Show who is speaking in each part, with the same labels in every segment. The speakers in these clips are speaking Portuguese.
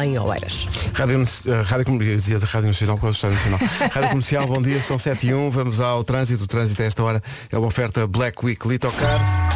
Speaker 1: em Oeiras.
Speaker 2: Rádio, eh, Rádio, Com- eu dizia da Rádio Nacional, qual é a Rádio Nacional? Rádio Comercial, bom dia, são 7 e 1, vamos ao trânsito. O trânsito a esta hora é uma oferta Black Week Litocar.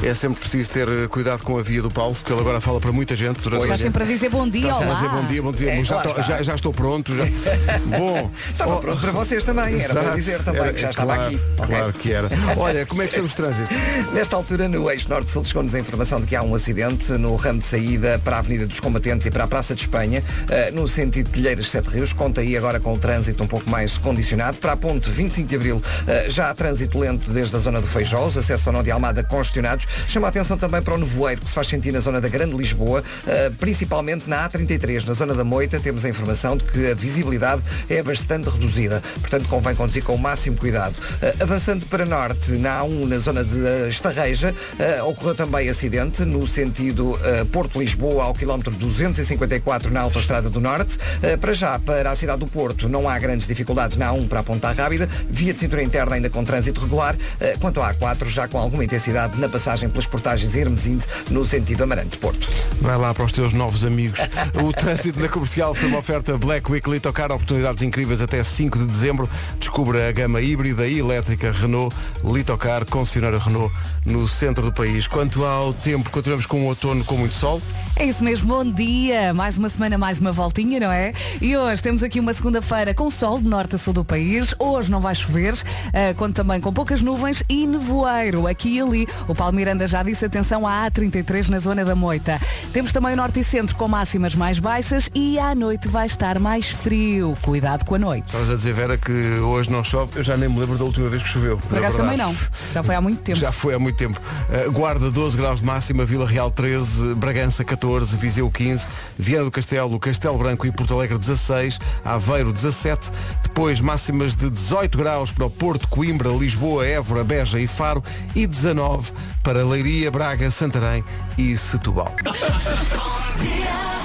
Speaker 2: É sempre preciso ter eh, cuidado com a via do Paulo, porque ele agora fala para muita gente. durante
Speaker 3: Está
Speaker 2: a
Speaker 3: sempre a dizer bom dia,
Speaker 2: Está sempre
Speaker 3: olá.
Speaker 2: a dizer bom dia, bom dia.
Speaker 4: É,
Speaker 2: mas já,
Speaker 4: lá
Speaker 2: tô-
Speaker 4: está.
Speaker 2: já- já estou pronto. já- Bom.
Speaker 4: Estava
Speaker 2: oh,
Speaker 4: pronto para vocês também, era para
Speaker 2: exato,
Speaker 4: dizer também
Speaker 2: era-
Speaker 4: que já
Speaker 2: é
Speaker 4: estava
Speaker 2: claro,
Speaker 4: aqui. ok?
Speaker 2: Claro que era. Olha, como é que estamos de trânsito?
Speaker 4: Nesta altura, no eixo norte-sul, chegou-nos a informação de que há um acidente no ramo de saída para a Avenida dos Combatentes e para a Praça de Espanha, eh, no sentido de Telheiras Sete Rios. Conta aí agora com o trânsito um pouco mais condicionado. Para a ponte 25 de Abril, eh, já há trânsito lento desde a zona do Feijó, os acessos ao Nó de Almada congestionados. Chama a atenção também para o nevoeiro que se faz sentir na zona da Grande Lisboa, eh, principalmente na A33, na zona da Moita, temos a informação de que a visibilidade é bastante reduzida. Portanto, convém conduzir com o máximo cuidado. Eh, Avançando para norte, na A1, na zona de eh, Estarreja, eh, ocorreu também acidente no sentido eh, Porto-Lisboa, ao quilómetro 254 na Autostrada do Norte. Eh, Para já, para a cidade do Porto, não há grandes dificuldades na A1 para a Ponta Rábida, via de cintura interna ainda com trânsito regular, eh, quanto à A4, já com alguma intensidade na passagem pelas portagens Hermesinde, no sentido Amarante-Porto.
Speaker 2: Vai lá para os teus novos amigos. O trânsito na comercial foi uma oferta Black Week Litocar, oportunidades incríveis até 5 de dezembro. Descubra a gama híbrida e elétrica Renault Litocar, concessionária Renault, no centro do país. Quanto ao tempo, continuamos com um outono com muito sol.
Speaker 3: É isso mesmo, bom dia. Mais uma semana, mais uma voltinha, não é? E hoje temos aqui uma segunda-feira com sol de norte a sul do país. Hoje não vai chover, eh, conto também com poucas nuvens e nevoeiro aqui e ali. O Paulo Miranda já disse atenção à A33 na zona da Moita. Temos também o norte e centro com máximas mais baixas e à noite vai estar mais frio. Cuidado com a noite.
Speaker 2: Estavas a dizer, Vera, que hoje não chove. Eu já nem me lembro da última vez que choveu.
Speaker 3: Por
Speaker 2: na
Speaker 3: acaso também não.
Speaker 2: verdade.
Speaker 3: Já foi há muito tempo.
Speaker 2: Já foi há muito tempo. Uh, Guarda 12 graus de máxima, Vila Real 13, Bragança 14, Viseu 15, Viana do Castelo, Castelo Branco e Porto Alegre 16, Aveiro 17, depois máximas de 18 graus para o Porto, Coimbra, Lisboa, Évora, Beja e Faro e 19 para Leiria, Braga, Santarém e Setúbal.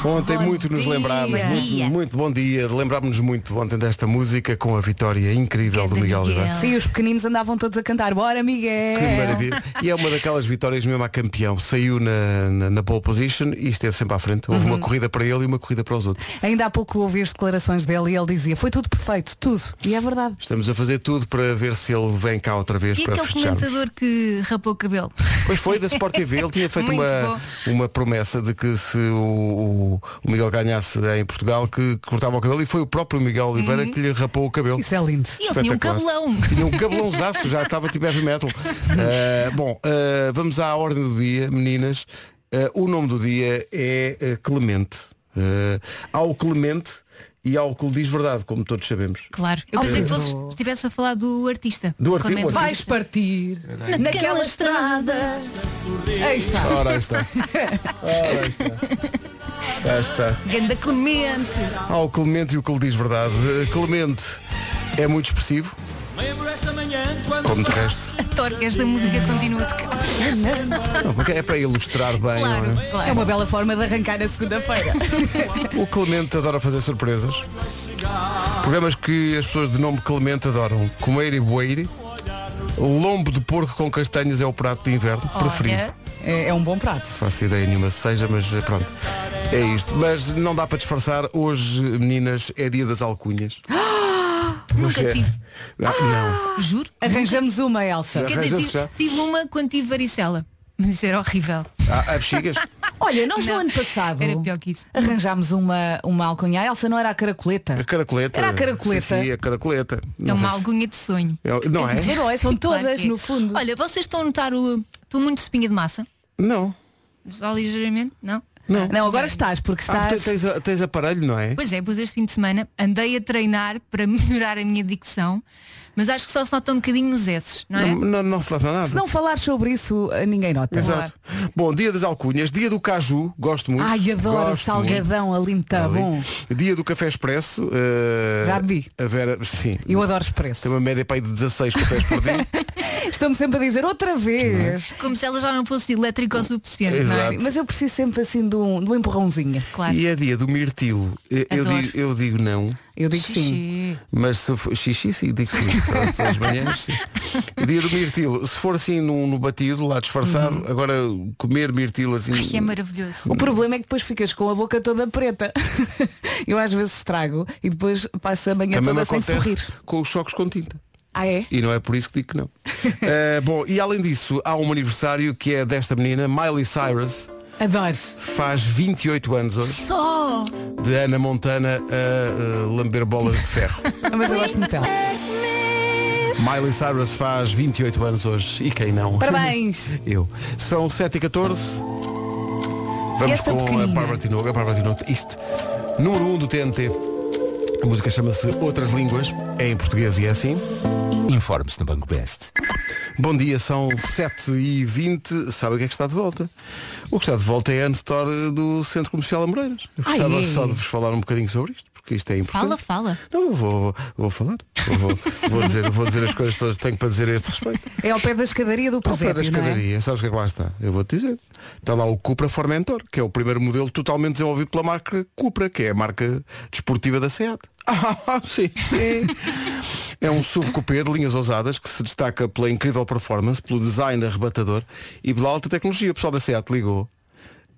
Speaker 2: Ontem
Speaker 1: Bom
Speaker 2: muito nos
Speaker 1: dia.
Speaker 2: lembrámos,
Speaker 1: Bom
Speaker 2: muito,
Speaker 1: dia.
Speaker 2: muito bom dia. Lembrámos-nos muito ontem desta música com a vitória incrível do
Speaker 1: Grande
Speaker 2: Miguel
Speaker 1: Miguel.
Speaker 2: Oliveira.
Speaker 3: Sim, os pequeninos andavam todos a cantar. Bora, Miguel!
Speaker 2: Que maravilha. E é uma daquelas vitórias mesmo a campeão. Saiu na, na, na pole position e esteve sempre à frente. Houve
Speaker 1: Uhum.
Speaker 2: uma corrida para ele e uma corrida para os outros.
Speaker 3: Ainda há pouco ouvi as declarações dele e ele dizia foi tudo perfeito, tudo. E é verdade.
Speaker 2: Estamos a fazer tudo para ver se ele vem cá outra vez
Speaker 1: E
Speaker 2: para
Speaker 1: aquele
Speaker 2: festejar.
Speaker 1: comentador que rapou o cabelo?
Speaker 2: Pois foi, da Sport TV, ele tinha feito
Speaker 1: Muito
Speaker 2: uma, uma promessa de que se o, o Miguel ganhasse em Portugal, que cortava o cabelo e foi o próprio Miguel Oliveira
Speaker 1: Uhum.
Speaker 2: que lhe rapou o cabelo.
Speaker 3: Isso é lindo.
Speaker 1: E ele tinha um
Speaker 2: Espetacular.
Speaker 1: cabelão.
Speaker 2: Tinha um cabelãozaço, já estava tipo heavy metal. Uh, bom, uh, vamos à ordem do dia, meninas. Uh, o nome do dia é uh, Clemente. Uh, há o Clemente e há o que lhe diz verdade, como todos sabemos.
Speaker 1: Claro. Eu pensei que fosse, estivesse a falar do artista.
Speaker 2: Do arti-
Speaker 1: Clemente.
Speaker 2: o artista.
Speaker 3: Vais partir naquela estrada. Aí está.
Speaker 2: Ora, aí está. Ora, aí está. Aí está.
Speaker 1: Ganda Clemente.
Speaker 2: Há o Clemente e o que lhe diz verdade. Uh, Clemente é muito expressivo, como de resto.
Speaker 1: Adoro que esta música continua a tocar.
Speaker 2: Não, porque é para ilustrar bem.
Speaker 1: Claro,
Speaker 2: não é?
Speaker 3: É
Speaker 1: claro.
Speaker 3: uma bela forma de arrancar a segunda-feira.
Speaker 2: O Clemente adora fazer surpresas. Programas que as pessoas de nome Clemente adoram. Comer e boeire. Lombo de porco com castanhas é o prato de inverno preferido.
Speaker 1: Olha,
Speaker 3: É, é um bom prato.
Speaker 2: Faço ideia nenhuma se seja, mas eh, pronto. É isto. Mas não dá para disfarçar. Hoje, meninas, é dia das alcunhas. Mas
Speaker 1: Ah, nunca
Speaker 2: é-
Speaker 1: tive.
Speaker 2: Ah, não.
Speaker 1: Juro.
Speaker 3: Arranjamos uma, Elsa.
Speaker 1: Quer dizer,
Speaker 2: Arranja-se já.
Speaker 1: tive, tive uma quando tive varicela. Mas isso era horrível.
Speaker 2: Ah, Há, há bexigas?
Speaker 3: Olha, nós
Speaker 1: Não.
Speaker 3: no ano passado
Speaker 1: Era pior que isso. É
Speaker 3: arranjámos uma, uma alcunha. A Elsa não era a
Speaker 2: A
Speaker 3: caracoleta.
Speaker 2: caracoleta.
Speaker 3: Era a caracoleta.
Speaker 2: Sim, sim, a caracoleta.
Speaker 1: É
Speaker 2: Não sei
Speaker 1: uma
Speaker 2: se-
Speaker 1: algunha de sonho.
Speaker 2: É- Não é?
Speaker 3: Não é? São
Speaker 1: Claro
Speaker 3: todas,
Speaker 1: que é.
Speaker 3: no fundo.
Speaker 1: Olha, vocês estão a notar o. Estou muito espinha de massa.
Speaker 2: Não.
Speaker 1: Só ligeiramente, não?
Speaker 2: Não.
Speaker 3: Não, agora estás, porque
Speaker 2: Ah,
Speaker 3: estás.
Speaker 2: tens, tens, tens aparelho, não é?
Speaker 1: Pois é, pois este fim de semana andei a treinar para melhorar a minha dicção, mas acho que só se nota um bocadinho nos S's, não é?
Speaker 2: Não, não, não se faz nada.
Speaker 3: Se não falar sobre isso, ninguém nota. é?
Speaker 2: Exato. Bom, dia das alcunhas, dia do caju, gosto muito.
Speaker 3: Ai, adoro o
Speaker 2: Gosto
Speaker 3: salgadão ali muito
Speaker 2: muito.
Speaker 3: bom.
Speaker 2: Dia do café expresso. eh,
Speaker 3: Já bebi.
Speaker 2: A Vera, sim.
Speaker 3: Eu adoro expresso.
Speaker 2: Tem uma média para aí de 16 cafés por dia.
Speaker 3: Estão-me sempre a dizer outra vez.
Speaker 2: é?
Speaker 1: Como se ela já não fosse elétrica o suficiente, não é?
Speaker 2: Exato.
Speaker 3: Sim, mas eu preciso sempre assim de um, de um empurrãozinho.
Speaker 1: Claro.
Speaker 2: E é dia do mirtilo. Eu, eu
Speaker 1: Adoro.
Speaker 2: digo, eu digo não,
Speaker 3: Eu digo sim.
Speaker 1: Xixi.
Speaker 2: mas se for xixi, sim, digo sim. Todas as manhãs, sim. Dia do mirtilo. Se for assim no, no batido, lá disfarçado,
Speaker 3: Uhum.
Speaker 2: agora comer mirtilo assim.
Speaker 1: Ai, é maravilhoso.
Speaker 3: O problema é que depois ficas com a boca toda preta. eu às vezes estrago e depois passo a manhã
Speaker 2: Também me
Speaker 3: toda sem
Speaker 2: acontece
Speaker 3: sorrir.
Speaker 2: com os choques com tinta.
Speaker 3: Ah é?
Speaker 2: E não é por isso que digo que não. Eh, bom, e além disso, há um aniversário que é desta menina, Miley Cyrus,
Speaker 3: Adoro.
Speaker 2: faz 28 anos hoje,
Speaker 1: Só!
Speaker 2: de Ana Montana a eh, lamber bolas de ferro.
Speaker 3: Ah, Mas eu gosto muito dela.
Speaker 2: Miley Cyrus faz 28 anos hoje, e quem não?
Speaker 3: Parabéns.
Speaker 2: Eu. São 7h14.
Speaker 3: E
Speaker 2: Vamos
Speaker 3: esta é
Speaker 2: com a
Speaker 3: pequenina?
Speaker 2: Bárbara Tinoga. A Bárbara Tinoga. Isto, número 1 um do TNT. A música chama-se Outras Línguas. É em português e é assim.
Speaker 5: Informe-se no Banco Best.
Speaker 2: Bom dia, são 7h20. Sabe o que é que está de volta? O que está de volta é a Unstore do Centro Comercial Amoreiras. Eu Gostava
Speaker 3: Ai, é.
Speaker 2: só de vos falar um bocadinho sobre isto, porque isto é importante.
Speaker 1: Fala, fala.
Speaker 2: Não, eu vou, vou, vou falar. Eu Vou, vou dizer, vou dizer as coisas todas que tenho para dizer a este respeito.
Speaker 3: É ao pé da escadaria do
Speaker 2: Ao
Speaker 1: é,
Speaker 2: pé
Speaker 3: presépio,
Speaker 2: da escadaria, sabes o que é que lá está? Eu vou-te dizer. Está lá o Cupra Formentor, que é o primeiro modelo totalmente desenvolvido pela marca Cupra, que é a marca desportiva da SEAT. Ah, sim, sim. É um SUV coupé de linhas ousadas que se destaca pela incrível performance, pelo design arrebatador e pela alta tecnologia. O pessoal da SEAT ligou.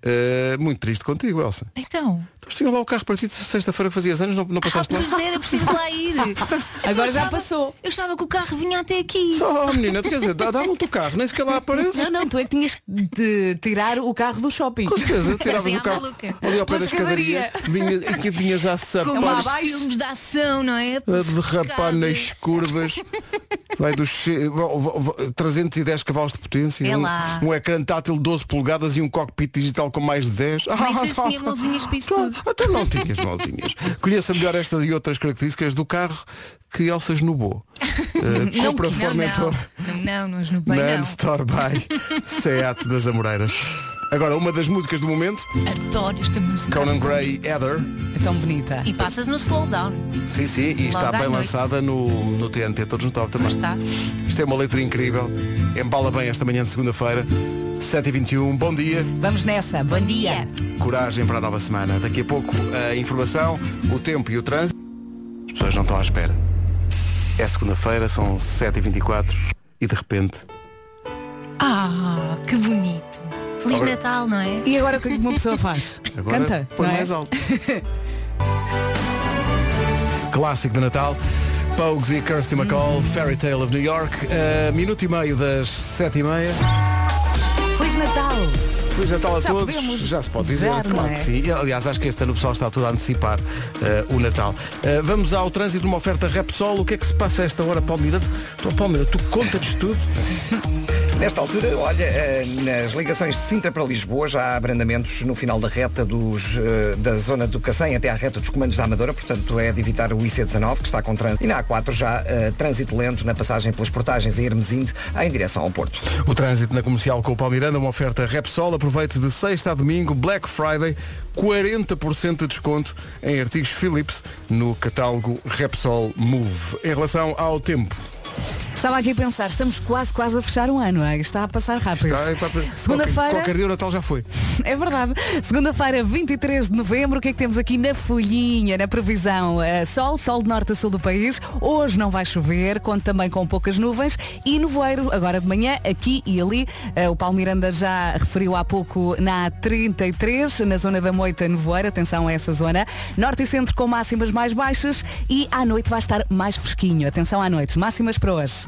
Speaker 2: Eh, muito triste contigo, Elsa.
Speaker 1: Então.
Speaker 2: Então tinham lá o carro partido sexta-feira que fazias anos, não, não
Speaker 1: Ah,
Speaker 2: passaste lá?
Speaker 1: pois era, preciso lá ir. Então
Speaker 3: Agora
Speaker 1: eu
Speaker 3: já
Speaker 1: achava-
Speaker 3: passou.
Speaker 1: Eu achava que o carro vinha até aqui.
Speaker 2: Só, menina, quer dizer, dá- dá-me o teu carro, nem sequer lá aparece.
Speaker 3: Não, não, tu é que tinhas de tirar o carro do shopping.
Speaker 2: Com certeza, tiravas
Speaker 1: Assim,
Speaker 2: o
Speaker 1: à
Speaker 2: carro
Speaker 1: maluca.
Speaker 2: ali ao pé
Speaker 3: Pela
Speaker 2: da escadaria vinha, e que vinhas a
Speaker 3: Como
Speaker 1: Como
Speaker 2: sapar,
Speaker 3: há
Speaker 1: os
Speaker 3: abaixo.
Speaker 1: filmes de ação, não é?
Speaker 2: a derrapar nas
Speaker 1: Escadas.
Speaker 2: curvas. Vai dos che- vo- vo- vo- 310 cavalos de potência,
Speaker 1: É
Speaker 2: um,
Speaker 1: lá.
Speaker 2: um ecrã tátil 12 polegadas e um cockpit digital com mais de 10.
Speaker 1: Nem sei se tinha mãozinhas para isso
Speaker 2: Claro,
Speaker 1: tudo.
Speaker 2: Até não tinhas mãozinhas. Conheça melhor esta e outras características do carro que Elsas nubou. Uh,
Speaker 1: Não,
Speaker 2: compra
Speaker 1: que- não,
Speaker 2: Formentor
Speaker 1: não, não, não, não, bem,
Speaker 2: na
Speaker 1: não.
Speaker 2: Store by Seat das Amoreiras. Agora, uma das músicas do momento,
Speaker 1: Adoro esta música.
Speaker 2: Conan Gray Heather.
Speaker 3: É tão bonita.
Speaker 1: E passas no slowdown.
Speaker 2: Sim, sim, e está
Speaker 1: à
Speaker 2: bem
Speaker 1: noite.
Speaker 2: lançada no, no TNT, todos no top também.
Speaker 1: Está.
Speaker 2: Isto é uma letra incrível, embala bem esta manhã de segunda-feira, 7h21, bom dia,
Speaker 3: Vamos nessa. Bom dia.
Speaker 2: coragem para a nova semana. Daqui a pouco a informação, o tempo e o trânsito. As pessoas não estão à espera. É segunda-feira, são 7h24 e de repente.
Speaker 1: Ah, que bonito. Feliz
Speaker 2: Agora-
Speaker 1: Natal, não é?
Speaker 3: E agora o que é que uma pessoa faz?
Speaker 2: Agora
Speaker 3: Canta.
Speaker 2: põe
Speaker 3: não é?
Speaker 2: mais alto. Clássico de Natal. Pogues e Kirsty McCall, Fairy Tale of New York, a minuto e meio das 7h30.
Speaker 3: Feliz Natal.
Speaker 2: Feliz Natal a
Speaker 3: Já
Speaker 2: todos.
Speaker 3: podemos
Speaker 2: Já se pode dizer,
Speaker 3: desejar,
Speaker 2: claro
Speaker 3: não é?
Speaker 2: que sim. E, Aliás, acho que este ano o pessoal está todo a antecipar eh, o Natal. Eh, vamos ao trânsito numa oferta Repsol. O que é que se passa a esta hora, Palmeira? Tu, Palmeira, tu conta-nos tudo.
Speaker 6: Nesta altura, olha, eh, nas ligações de Sintra para Lisboa já há abrandamentos no final da reta dos, eh, da zona do Cacém até à reta dos comandos da Amadora, portanto é de evitar o IC19 que está com trânsito. E na A4 já eh, trânsito lento na passagem pelas portagens a Hermesinde em direção ao Porto.
Speaker 2: O trânsito na comercial com o Palmiranda, uma oferta Repsol. Aproveite de sexta a domingo, Black Friday, 40% de desconto em artigos Philips no catálogo Repsol Move. Em relação ao tempo,
Speaker 3: Estava aqui a pensar, estamos quase, quase a fechar um ano, hein? está a passar rápido.
Speaker 2: Está aí para-
Speaker 3: Segunda-feira,
Speaker 2: é Qualquer dia o Natal já foi.
Speaker 3: é verdade. Segunda-feira, 23 de novembro, o que é que temos aqui na folhinha, na previsão? Eh, sol, sol de norte a sul do país. Hoje não vai chover, conto também com poucas nuvens e nevoeiro agora de manhã, aqui e ali. Eh, o Palmiranda já referiu há pouco na A33, na zona da Moita Nevoeiro, atenção a essa zona. Norte e centro com máximas mais baixas e à noite vai estar mais fresquinho. Atenção à noite, máximas para hoje.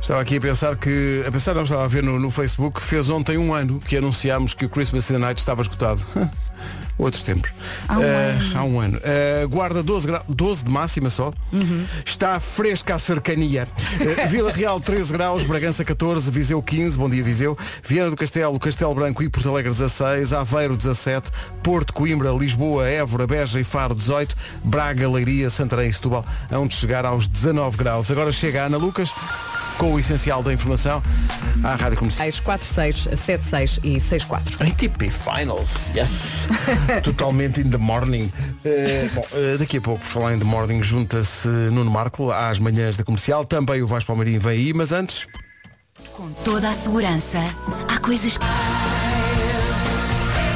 Speaker 2: Estava aqui a pensar que, a pensar não, estava a ver no, no Facebook, que fez ontem um ano que anunciámos que o Christmas in the Night estava esgotado. Outros tempos.
Speaker 1: Há um
Speaker 2: Eh, há um ano. Eh, guarda 12, gra- 12 de máxima só.
Speaker 1: Uhum.
Speaker 2: Está fresca a cercania. Eh, Vila Real 13 graus, Bragança 14, Viseu 15, bom dia Viseu. Viana do Castelo, Castelo Branco e Porto Alegre 16, Aveiro 17, Porto, Coimbra, Lisboa, Évora, Beja e Faro 18, Braga, Leiria, Santarém e Setúbal, onde chegar aos 19 graus. Agora chega a Ana Lucas com o essencial da informação à Rádio Comercial.
Speaker 3: 46, 76 e 64.
Speaker 7: tipo
Speaker 2: ATP Finals, yes. Totalmente in the morning. Eh, bom, eh, daqui a pouco, por falar em the morning, junta-se Nuno Marco às manhãs da comercial. Também o Vasco Palmeirinho vem aí, mas antes.
Speaker 8: Com toda a segurança, há coisas que.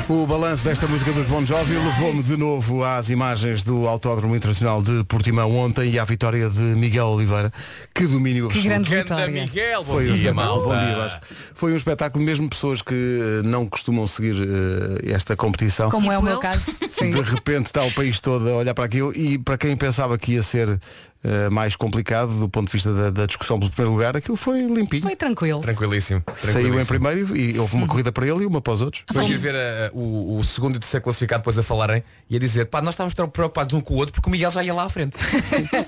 Speaker 2: O balanço desta música dos Bon Jovi levou-me de novo às imagens do Autódromo Internacional de Portimão ontem e à vitória de Miguel Oliveira. Que domínio
Speaker 3: Que
Speaker 2: absoluto.
Speaker 3: grande
Speaker 7: Canta
Speaker 3: vitória.
Speaker 7: Miguel, bom
Speaker 2: Foi um
Speaker 7: dia,
Speaker 2: espetáculo,
Speaker 7: malta.
Speaker 2: bom dia, Vasco. Foi um espetáculo, mesmo pessoas que eh, não costumam seguir eh, esta competição,
Speaker 3: Como é o
Speaker 1: Tipo
Speaker 3: meu
Speaker 1: eu.
Speaker 3: caso. Sim.
Speaker 2: de repente está o país todo a olhar para aquilo e para quem pensava que ia ser eh, mais complicado do ponto de vista da, da discussão pelo primeiro lugar, aquilo foi limpinho.
Speaker 3: Foi Hum. tranquilo.
Speaker 7: Tranquilíssimo.
Speaker 2: Saiu
Speaker 7: tranquilíssimo.
Speaker 2: em primeiro e, e houve uma corrida para ele e uma para os outros.
Speaker 7: Foi giro ver a- a- o, o segundo e o terceiro classificado depois a falarem e a dizer, pá, nós estávamos tão preocupados um com o outro porque o Miguel já ia lá à frente.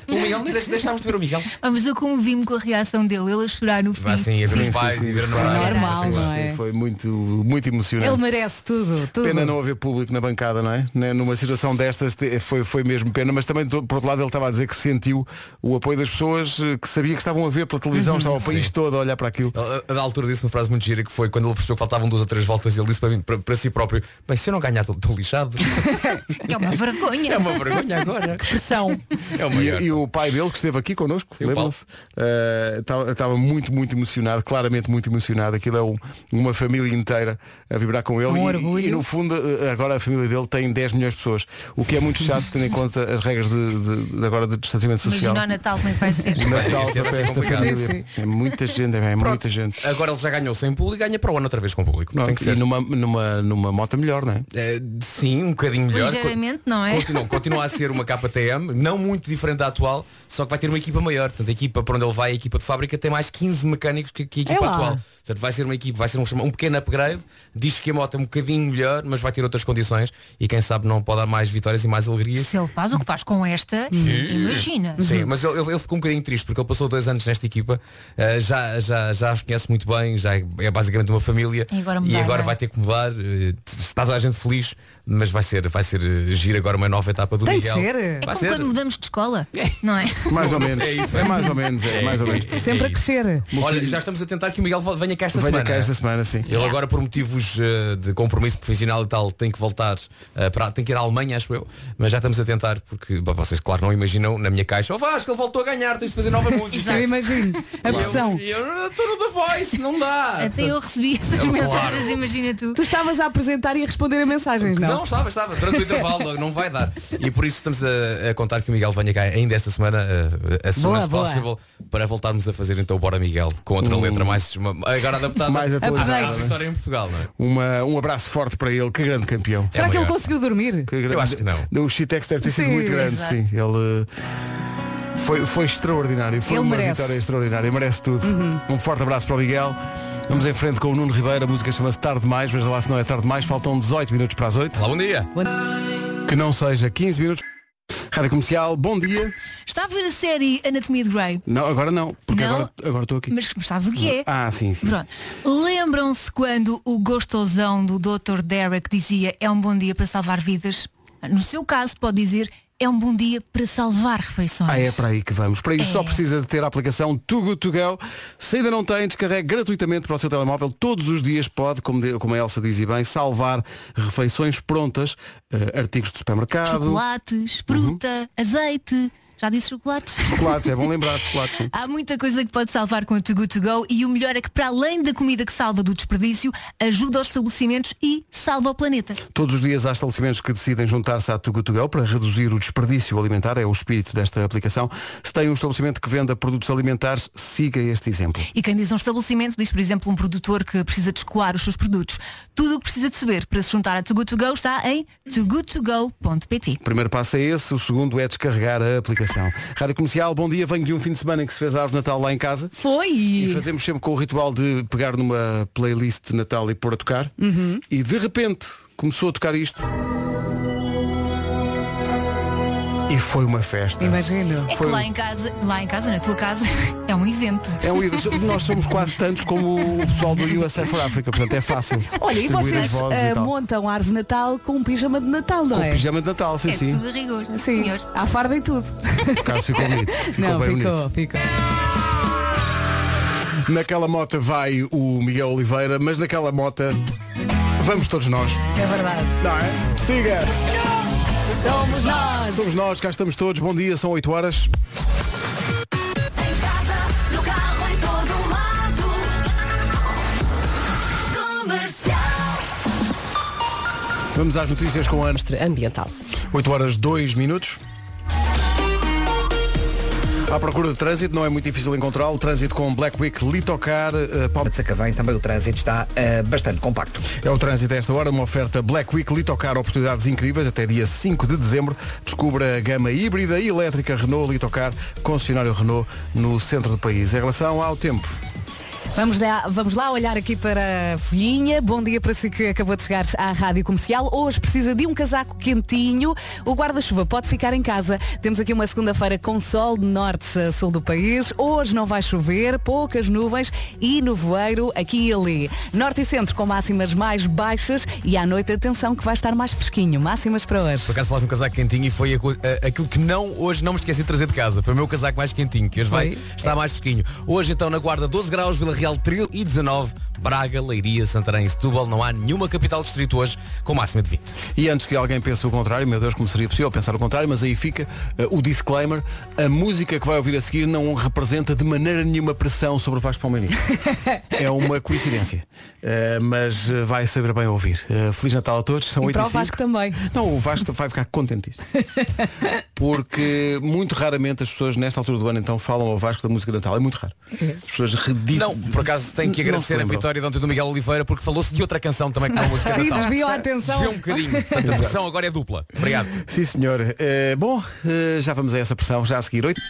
Speaker 7: o Miguel, nem deixa- deixámos de ver o Miguel.
Speaker 1: Ah, Mas eu convivi-me com a reação dele, ele a chorar no fim.
Speaker 7: Vá assim, a ver os
Speaker 2: sim,
Speaker 7: pais
Speaker 2: sim,
Speaker 7: e ver a
Speaker 2: sim.
Speaker 7: namorada.
Speaker 3: Normal,
Speaker 7: Sim,
Speaker 3: não
Speaker 7: sim.
Speaker 3: é?
Speaker 2: Sim, foi muito, muito emocionante.
Speaker 3: Ele merece tudo, tudo.
Speaker 2: Pena não haver público na bancada, não é? Né, Numa situação destas te- foi, foi mesmo pena, mas também do- por outro lado ele estava a dizer que sentiu o apoio das pessoas eh, que sabia que estavam a ver pela televisão, estava o país
Speaker 7: Uhum. Sim.
Speaker 2: todo a olhar para aquilo.
Speaker 7: Ele, a- Da altura disse uma frase muito gira que foi quando ele percebeu que faltavam duas ou três voltas ele disse para, mim, para, para si próprio, bem, se eu não ganhar estou- estou lixado.
Speaker 1: Que é uma vergonha.
Speaker 7: é uma vergonha agora.
Speaker 3: Pressão.
Speaker 7: É o maior.
Speaker 2: E, e o pai dele, que esteve aqui connosco,
Speaker 7: o
Speaker 2: lembram-se, eh, tava- estava muito, muito emocionado, claramente muito emocionado. Aquilo é um- uma família inteira a vibrar com ele.
Speaker 3: Com
Speaker 2: e,
Speaker 3: orgulho.
Speaker 2: e, no fundo eh, agora a família dele tem 10 milhões de pessoas, o que é muito chato, tendo em conta as regras de, de- de agora de distanciamento social.
Speaker 1: Imaginar o Natal como é que vai ser.
Speaker 2: Natal
Speaker 7: Isso é
Speaker 2: para
Speaker 7: bem
Speaker 2: esta
Speaker 7: complicado.
Speaker 2: família. É muita gente, é, bem, é muita gente.
Speaker 7: Agora ele já ganhou sem público e ganha para o ano outra vez com público. Tem que
Speaker 2: e
Speaker 7: ser.
Speaker 2: numa, numa, numa moto melhor, não é?
Speaker 7: Eh, sim, um bocadinho melhor.
Speaker 1: Ligeiramente, não é?
Speaker 7: Continua, continua a ser uma KTM, não muito diferente da atual, só que vai ter uma equipa maior. Portanto, a equipa para onde ele vai, a equipa de fábrica, tem mais 15 mecânicos que, que a equipa
Speaker 3: É lá.
Speaker 7: atual. Portanto, vai ser uma equipa, vai ser um, chama- um pequeno upgrade, diz que a moto é um bocadinho melhor, mas vai ter outras condições e quem sabe não pode dar mais vitórias e mais alegrias.
Speaker 1: Se ele faz o que faz com esta, imagina.
Speaker 7: Sim, mas ele, ele ficou um bocadinho triste porque ele passou dois anos nesta equipa, eh, já, já, já os conhece muito bem, já é é basicamente uma família
Speaker 1: E agora mudar, não é?
Speaker 7: vai ter que mudar. eh, Está toda a gente feliz, mas vai ser, vai ser eh, giro agora uma nova etapa do
Speaker 3: Tem que
Speaker 7: Miguel.
Speaker 3: ser.
Speaker 1: É
Speaker 7: Vai
Speaker 1: como
Speaker 7: ser.
Speaker 1: quando mudamos de escola, não é?
Speaker 2: Mais ou menos.
Speaker 7: É isso,
Speaker 2: é
Speaker 7: é.
Speaker 2: mais ou menos, é mais ou menos.
Speaker 3: Sempre a
Speaker 7: isso.
Speaker 3: crescer.
Speaker 7: Olha, já estamos a tentar que o Miguel venha cá esta
Speaker 2: Venha
Speaker 7: semana.
Speaker 2: cá esta semana, sim.
Speaker 7: Ele agora por motivos eh, de compromisso profissional e tal tem que voltar eh, para tem que ir à Alemanha, acho eu, mas já estamos a tentar porque bom, vocês claro não imaginam na minha caixa, oh Vasco, ele voltou a ganhar, tens de fazer nova música.
Speaker 3: Eu imagino. A pressão.
Speaker 7: Eu- Eu estou no The Voice, não dá.
Speaker 3: É
Speaker 1: Até eu recebi essas
Speaker 7: Claro.
Speaker 1: mensagens, imagina tu.
Speaker 3: Tu estavas a apresentar e a responder a mensagens, não?
Speaker 7: Não, estava, estava, durante o intervalo, não vai dar. E por isso estamos a, a contar que o Miguel venha cá ainda esta semana, eh, as soon
Speaker 3: Boa,
Speaker 7: as
Speaker 3: boa.
Speaker 7: possible, para voltarmos a fazer então o Bora Miguel, com outra letra mais uma- agora adaptada
Speaker 2: Hum. Mais atualizada,
Speaker 7: à- à
Speaker 2: né?
Speaker 7: história em Portugal, não é?
Speaker 2: Uma, um abraço forte para ele, que grande campeão.
Speaker 3: Será que ele
Speaker 7: maior.
Speaker 3: conseguiu dormir?
Speaker 2: Que grande-
Speaker 7: Eu acho que não.
Speaker 2: O Chitex deve ter sido
Speaker 3: Sim,
Speaker 2: muito grande,
Speaker 1: exato.
Speaker 2: sim. Ele eh, foi, foi extraordinário, foi
Speaker 3: Ele
Speaker 2: uma
Speaker 3: merece.
Speaker 2: vitória extraordinária, merece tudo.
Speaker 1: Uhum.
Speaker 2: Um forte abraço para o Miguel. Vamos em frente com o Nuno Ribeiro, a música chama-se Tarde Mais, veja lá se não é tarde mais, faltam 18 minutos para as 8.
Speaker 7: Olá, bom dia.
Speaker 2: Que não seja 15 minutos. Rádio Comercial, bom dia.
Speaker 1: Está a ver a série Anatomia de Grey,
Speaker 2: Não, agora não, porque
Speaker 1: Não.
Speaker 2: agora agora estou aqui.
Speaker 1: mas sabes o que é?
Speaker 2: Ah, sim, sim.
Speaker 1: Pronto. Lembram-se quando o gostosão do Dr. Derek dizia é um bom dia para salvar vidas? No seu caso pode dizer é um bom dia para salvar refeições.
Speaker 2: Ah, é para aí que vamos. Para isso só
Speaker 1: É.
Speaker 2: precisa de ter a aplicação Too Good To Go. Se ainda não tem, descarregue gratuitamente para o seu telemóvel. Todos os dias pode, como, de- como a Elsa diz e bem, salvar refeições prontas, eh, artigos de supermercado, Uhum.
Speaker 1: Chocolates, fruta, azeite. Já disse chocolates?
Speaker 2: chocolates, é bom lembrar, chocolates. sim.
Speaker 1: Há muita coisa que pode salvar com o Too Good To Go e o melhor é que para além da comida que salva do desperdício, ajuda aos estabelecimentos e salva o planeta.
Speaker 2: Todos os dias há estabelecimentos que decidem juntar-se à Too Good To Go para reduzir o desperdício alimentar, é o espírito desta aplicação. Se tem um estabelecimento que venda produtos alimentares, siga este exemplo.
Speaker 1: E quem diz um estabbelecimento, diz por exemplo um produtor que precisa de escoar os seus produtos. Tudo o que precisa de saber para se juntar a Too Good To Go está em togoodtogo.pt
Speaker 2: O primeiro passo é esse, o segundo é descarregar a aplicação. Rádio Comercial, bom dia, venho de um fim de semana em que se fez a árvore de Natal lá em casa. E
Speaker 3: Foi.
Speaker 2: fazemos sempre com o ritual de pegar numa playlist de Natal e pôr a tocar.
Speaker 3: Uhum.
Speaker 2: E de repente começou a tocar isto. E foi uma festa.
Speaker 3: Imagino.
Speaker 1: É que
Speaker 2: Foi um-
Speaker 1: lá em casa, lá em casa, na tua casa, é um evento.
Speaker 2: É um ídolo. Nós somos quase tantos como o pessoal do USA for Africa, portanto é fácil.
Speaker 3: Olha, e
Speaker 2: distribuir as
Speaker 3: vocês
Speaker 2: vozes
Speaker 3: ah,
Speaker 2: e tal.
Speaker 3: montam a árvore de Natal com um pijama de Natal, não
Speaker 2: Com
Speaker 3: é?
Speaker 2: pijama de Natal, sim,
Speaker 1: É
Speaker 2: sim.
Speaker 1: tudo a rigor,
Speaker 3: Sim,
Speaker 1: senhor.
Speaker 3: à farda e tudo.
Speaker 2: Por acaso ficou bonito. Ficou
Speaker 3: não,
Speaker 2: bem
Speaker 3: ficou,
Speaker 2: bonito.
Speaker 3: ficou. É
Speaker 2: Naquela moto vai o Miguel Oliveira, mas naquela moto vamos todos nós.
Speaker 3: É verdade.
Speaker 2: Não é? Siga!
Speaker 3: Somos nós.
Speaker 2: Somos nós, cá estamos todos. Bom dia, são 8 horas.
Speaker 8: Em casa, no carro, em todo lado.
Speaker 2: Vamos às notícias com a Ana.
Speaker 4: ambiental.
Speaker 2: 8 horas 2 minutos. À procura de trânsito, não é muito difícil encontrá-lo. Trânsito com Black Week Litocar. eh, Palme-
Speaker 6: De Sacavém também o trânsito está eh, bastante compacto.
Speaker 2: É o trânsito a esta hora, uma oferta Black Week Litocar, oportunidades incríveis até dia 5 de dezembro. Descubra a gama híbrida e elétrica Renault Litocar, concessionário Renault no centro do país. Em relação ao tempo,
Speaker 3: Vamos lá, vamos lá olhar aqui para a folhinha. Bom dia para si que acabou de chegar à Rádio Comercial. Hoje precisa de um casaco quentinho. O guarda-chuva pode ficar em casa. Temos aqui uma segunda-feira com sol de norte a sul do país. Hoje não vai chover, poucas nuvens e nevoeiro aqui e ali. Norte e centro com máximas mais baixas e à noite atenção que vai estar mais fresquinho. Máximas para
Speaker 7: Por
Speaker 3: hoje.
Speaker 7: acaso falaste um casaco quentinho e foi a co- a- aquilo que não, hoje não me esqueci de trazer de casa. Foi o meu casaco mais quentinho, que hoje vai
Speaker 3: Foi?
Speaker 7: estar mais fresquinho. Hoje então na guarda 12 graus, Vila Real 13 e 19, Braga, Leiria, Santarém e Setúbal. Não há nenhuma capital distrito hoje com máxima de 20.
Speaker 2: E antes que alguém pense o contrário, meu Deus, como seria possível pensar o contrário, mas aí fica eh, o disclaimer, a música que vai ouvir a seguir não representa de maneira nenhuma pressão sobre o Vasco Palmeirinho. é uma coincidência. Eh, mas eh, vai saber bem ouvir. Eh, Feliz Natal a todos, são
Speaker 3: E
Speaker 2: 8
Speaker 3: para o
Speaker 2: e cinco.
Speaker 3: Vasco também.
Speaker 2: Não, o Vasco vai ficar contentíssimo. Porque muito raramente as pessoas nesta altura do ano então falam ao Vasco da música de Natal. É muito raro. As pessoas redizem.
Speaker 7: Não, por acaso tenho que
Speaker 2: Não se
Speaker 7: agradecer a
Speaker 2: lembram.
Speaker 7: vitória de ontem do Miguel Oliveira porque falou-se de outra canção também que está na música de
Speaker 3: Sim,
Speaker 7: Natal.
Speaker 3: desviou a atenção.
Speaker 7: Desviou um bocadinho. Portanto, a pressão agora é dupla. Obrigado.
Speaker 2: Sim, senhor. Eh, bom, eh, já vamos a essa pressão, já a seguir. Oito-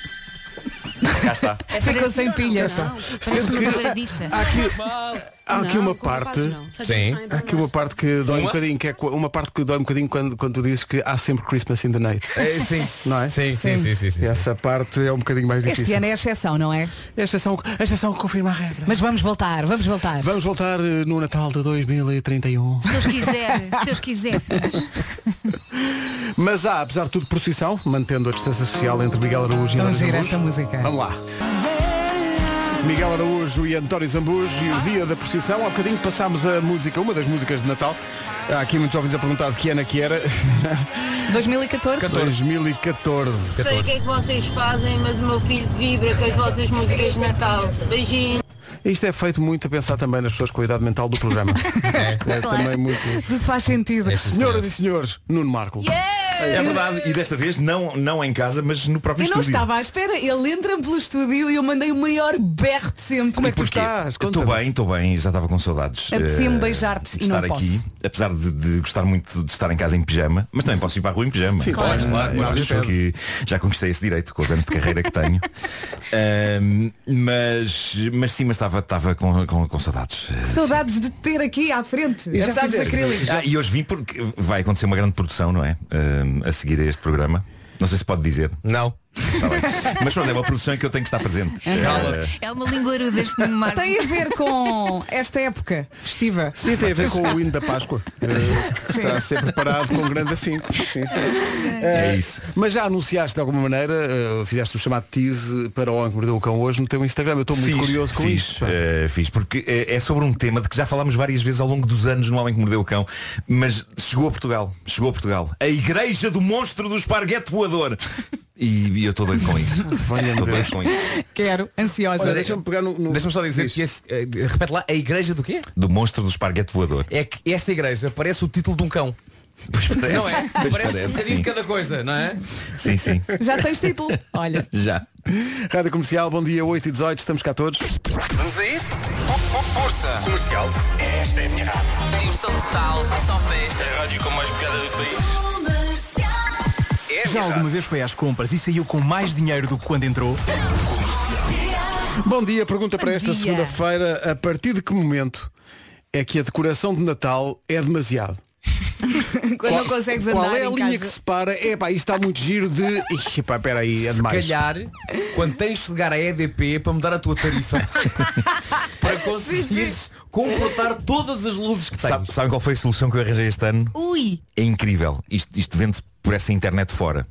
Speaker 9: Cá está.
Speaker 3: Ficou sem pilhas.
Speaker 1: Parece uma dobradiça.
Speaker 2: Há aqui, há aqui uma parte.
Speaker 7: Sim.
Speaker 2: Há aqui uma parte que dói um
Speaker 7: Uma?
Speaker 2: bocadinho, que é co- uma parte que dói um bocadinho quando, quando tu dizes que há sempre Christmas in the night.
Speaker 7: É, sim.
Speaker 2: Não é?
Speaker 7: Sim, sim, sim, sim, sim.
Speaker 2: Essa parte é um bocadinho mais
Speaker 3: Este
Speaker 2: difícil.
Speaker 3: ano é exceção, não é?
Speaker 2: A exceção, a exceção que confirma a regra.
Speaker 3: Mas vamos voltar, vamos voltar.
Speaker 2: Vamos voltar eh, no Natal de 2031.
Speaker 1: Se Deus quiser, se Deus quiser, filhos.
Speaker 2: Mas há, apesar de tudo, procissão, mantendo a distância social entre Miguel Araújo e
Speaker 3: Tão
Speaker 2: António
Speaker 3: gira
Speaker 2: Zambujo.
Speaker 3: esta música.
Speaker 2: Vamos lá. Miguel Araújo e António Zambujo e o dia da procissão. Há bocadinho passámos a música, uma das músicas de Natal. Há aqui muitos ouvintes a perguntar de que ano é que era.
Speaker 3: 2014.
Speaker 2: 2014.
Speaker 10: sei o que é que vocês fazem, mas o meu filho vibra com as vossas músicas de Natal. Beijinhos.
Speaker 2: Isto é feito muito a pensar também nas pessoas com a idade mental do programa. Isto é também muito.
Speaker 3: Tudo faz
Speaker 2: É
Speaker 3: sentido.
Speaker 2: Senhoras e senhores, Nuno Marco.
Speaker 9: É verdade, e desta vez não, não em casa, mas no próprio
Speaker 3: Eu não
Speaker 9: estúdio.
Speaker 3: estava à espera. Ele entra pelo estúdio e eu mandei o maior berro de sempre.
Speaker 2: Como é que tu estás?
Speaker 9: Estou
Speaker 2: Conta-me.
Speaker 9: bem, estou bem, já estava com saudades.
Speaker 3: Apetecia-me
Speaker 9: eh,
Speaker 3: beijar-te
Speaker 9: de
Speaker 3: e não
Speaker 9: estar aqui, apesar de, de gostar muito de estar em casa em pijama, mas também posso ir para a rua em pijama.
Speaker 2: Sim, claro,
Speaker 9: Eu
Speaker 2: claro, claro,
Speaker 9: acho
Speaker 2: claro.
Speaker 9: que já conquistei esse direito com os anos de carreira que tenho. Ahm, mas, mas sim, mas estava, estava com, com, com saudades.
Speaker 3: Saudades de te ter aqui à frente.
Speaker 2: já
Speaker 3: Apesar dos
Speaker 2: fizeste.
Speaker 3: acrílicos.
Speaker 9: Ah, e hoje vim porque vai acontecer uma grande produção, não é? Ahm, a seguir a este programa. Não sei se pode dizer.
Speaker 7: Não.
Speaker 9: Está bem. Mas pronto, é uma produção em que eu tenho que estar presente.
Speaker 7: Calma.
Speaker 1: É uma linguaruda este Nuno Marco.
Speaker 3: Tem a ver com esta época festiva.
Speaker 2: Sim, tem a ver com o hino da Páscoa. eh, que está a ser preparado com grande afinco. Sim, sim.
Speaker 9: É isso.
Speaker 2: Mas já anunciaste de alguma maneira, eh, fizeste o chamado tease para o Homem que Mordeu o Cão hoje no teu Instagram. Eu estou muito curioso com
Speaker 9: fiz,
Speaker 2: isto. pá.
Speaker 9: eh, fiz, porque eh, é sobre um tema de que já falámos várias vezes ao longo dos anos no Homem que Mordeu o Cão, mas chegou a Portugal, chegou a Portugal. A Igreja do Monstro do Esparguete Voador. E, e eu estou doido com isso. Estou doido com isso.
Speaker 3: Quero, ansiosa.
Speaker 2: Olha, deixa-me pegar no. no-
Speaker 7: Deixa-me só dizer
Speaker 2: Diz.
Speaker 7: que esse, eh, repete lá, a igreja do quê?
Speaker 9: Do Monstro do Esparguete Voador.
Speaker 7: É que esta igreja parece o título de um cão.
Speaker 9: Pois parece.
Speaker 7: Não é?
Speaker 9: Pois
Speaker 7: Parece, um bocadinho de
Speaker 9: sim.
Speaker 7: cada coisa, não é?
Speaker 9: sim, sim.
Speaker 3: Já tens título. Olha.
Speaker 9: Já.
Speaker 2: Rádio Comercial, bom dia 8 e 18, estamos cá todos.
Speaker 11: Vamos a isso? Força! Comercial, esta é a minha rádio. Diversão total, só festa. A rádio com mais pegada do país.
Speaker 5: Já alguma vez foi às compras e saiu com mais dinheiro do que quando entrou?
Speaker 2: Bom dia, pergunta para esta
Speaker 3: dia.
Speaker 2: segunda-feira, a partir de que momento é que a decoração de Natal é demasiado?
Speaker 3: Quando não consegues andar
Speaker 2: Qual é a
Speaker 3: em
Speaker 2: linha que
Speaker 3: casa.
Speaker 2: separa? É pá, isto está muito giro de. Ixi, pá, peraí, é
Speaker 7: Se
Speaker 2: demais.
Speaker 7: calhar, quando tens de chegar à EDP para mudar a tua tarifa. para conseguires comportar todas as luzes que tens.
Speaker 9: Sabe- sabem qual foi a solução que eu arranjei este ano?
Speaker 1: Ui,
Speaker 9: É incrível. Isto, isto vende por essa internet fora.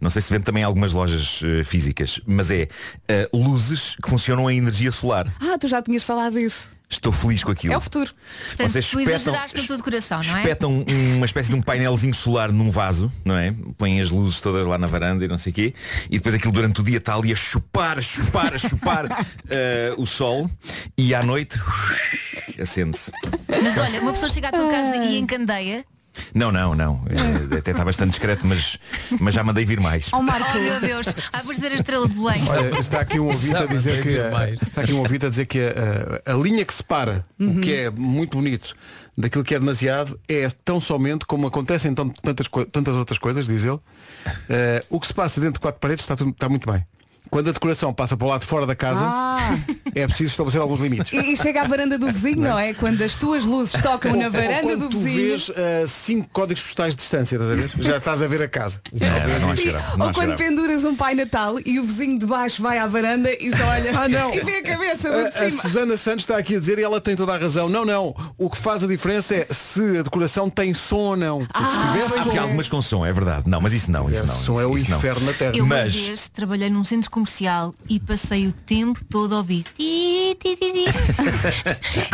Speaker 9: Não sei se vende também em algumas lojas eh, físicas, mas é eh, luzes que funcionam a energia solar.
Speaker 3: Ah, tu já tinhas falado disso.
Speaker 9: Estou feliz com aquilo.
Speaker 3: É o futuro.
Speaker 1: portanto,
Speaker 9: Vocês
Speaker 1: tu
Speaker 9: espetam,
Speaker 1: exageraste no teu decoração, não é?
Speaker 9: espetam uma espécie de um painelzinho solar num vaso, não é? Põem as luzes todas lá na varanda e não sei o quê. E depois aquilo durante o dia está ali a chupar, a chupar, a chupar eh, o sol. E à noite acende-se.
Speaker 1: Mas olha, uma pessoa chega à tua casa e encandeia
Speaker 9: Não, não, não. Eh, Até está bastante discreto, mas, mas já mandei vir mais.
Speaker 1: Oh, Marco. meu Deus, há por ser a estrela de Belém.
Speaker 2: Olha, está aqui um ouvinte a dizer que está aqui um ouvinte a dizer que eh, a, a- a linha que separa o
Speaker 3: Uhum.
Speaker 2: que é muito bonito daquilo que é demasiado é tão somente como acontecem tão- tantas, co- tantas outras coisas, diz ele. eh, o que se passa dentro de quatro paredes está, tudo- está muito bem. Quando a decoração passa para o lado de fora da casa,
Speaker 3: Ah.
Speaker 2: é preciso estabelecer alguns limites.
Speaker 3: E, e chega à varanda do vizinho, não é? Quando as tuas luzes tocam na
Speaker 2: Ou- ou
Speaker 3: varanda
Speaker 2: quando
Speaker 3: do
Speaker 2: tu
Speaker 3: vizinho.
Speaker 2: vês eh, cinco códigos postais de distância, estás a ver? Já estás a ver a casa.
Speaker 9: Não, não
Speaker 3: Sim.
Speaker 9: cheirava,
Speaker 3: Ou
Speaker 9: não
Speaker 3: quando
Speaker 9: cheirava.
Speaker 3: penduras um Pai Natal e o vizinho de baixo vai à varanda e só olha
Speaker 2: Ah, não. Eh,
Speaker 3: e vê a cabeça do de
Speaker 2: A, a
Speaker 3: cima.
Speaker 2: Susana Santos está aqui a dizer e ela tem toda a razão. Não, não. O que faz a diferença é se a decoração tem som ou não. Porque se tiver
Speaker 9: Há
Speaker 2: som,
Speaker 9: aqui algumas com som, é verdade. Não, mas isso não, isso não.
Speaker 2: som é
Speaker 9: isso-
Speaker 2: o
Speaker 9: isso não.
Speaker 2: inferno na Terra.
Speaker 1: Eu uma
Speaker 9: Mas-
Speaker 1: vez trabalhei num centro comercial e passei o tempo todo a ouvir. Ti, ti, ti, ti.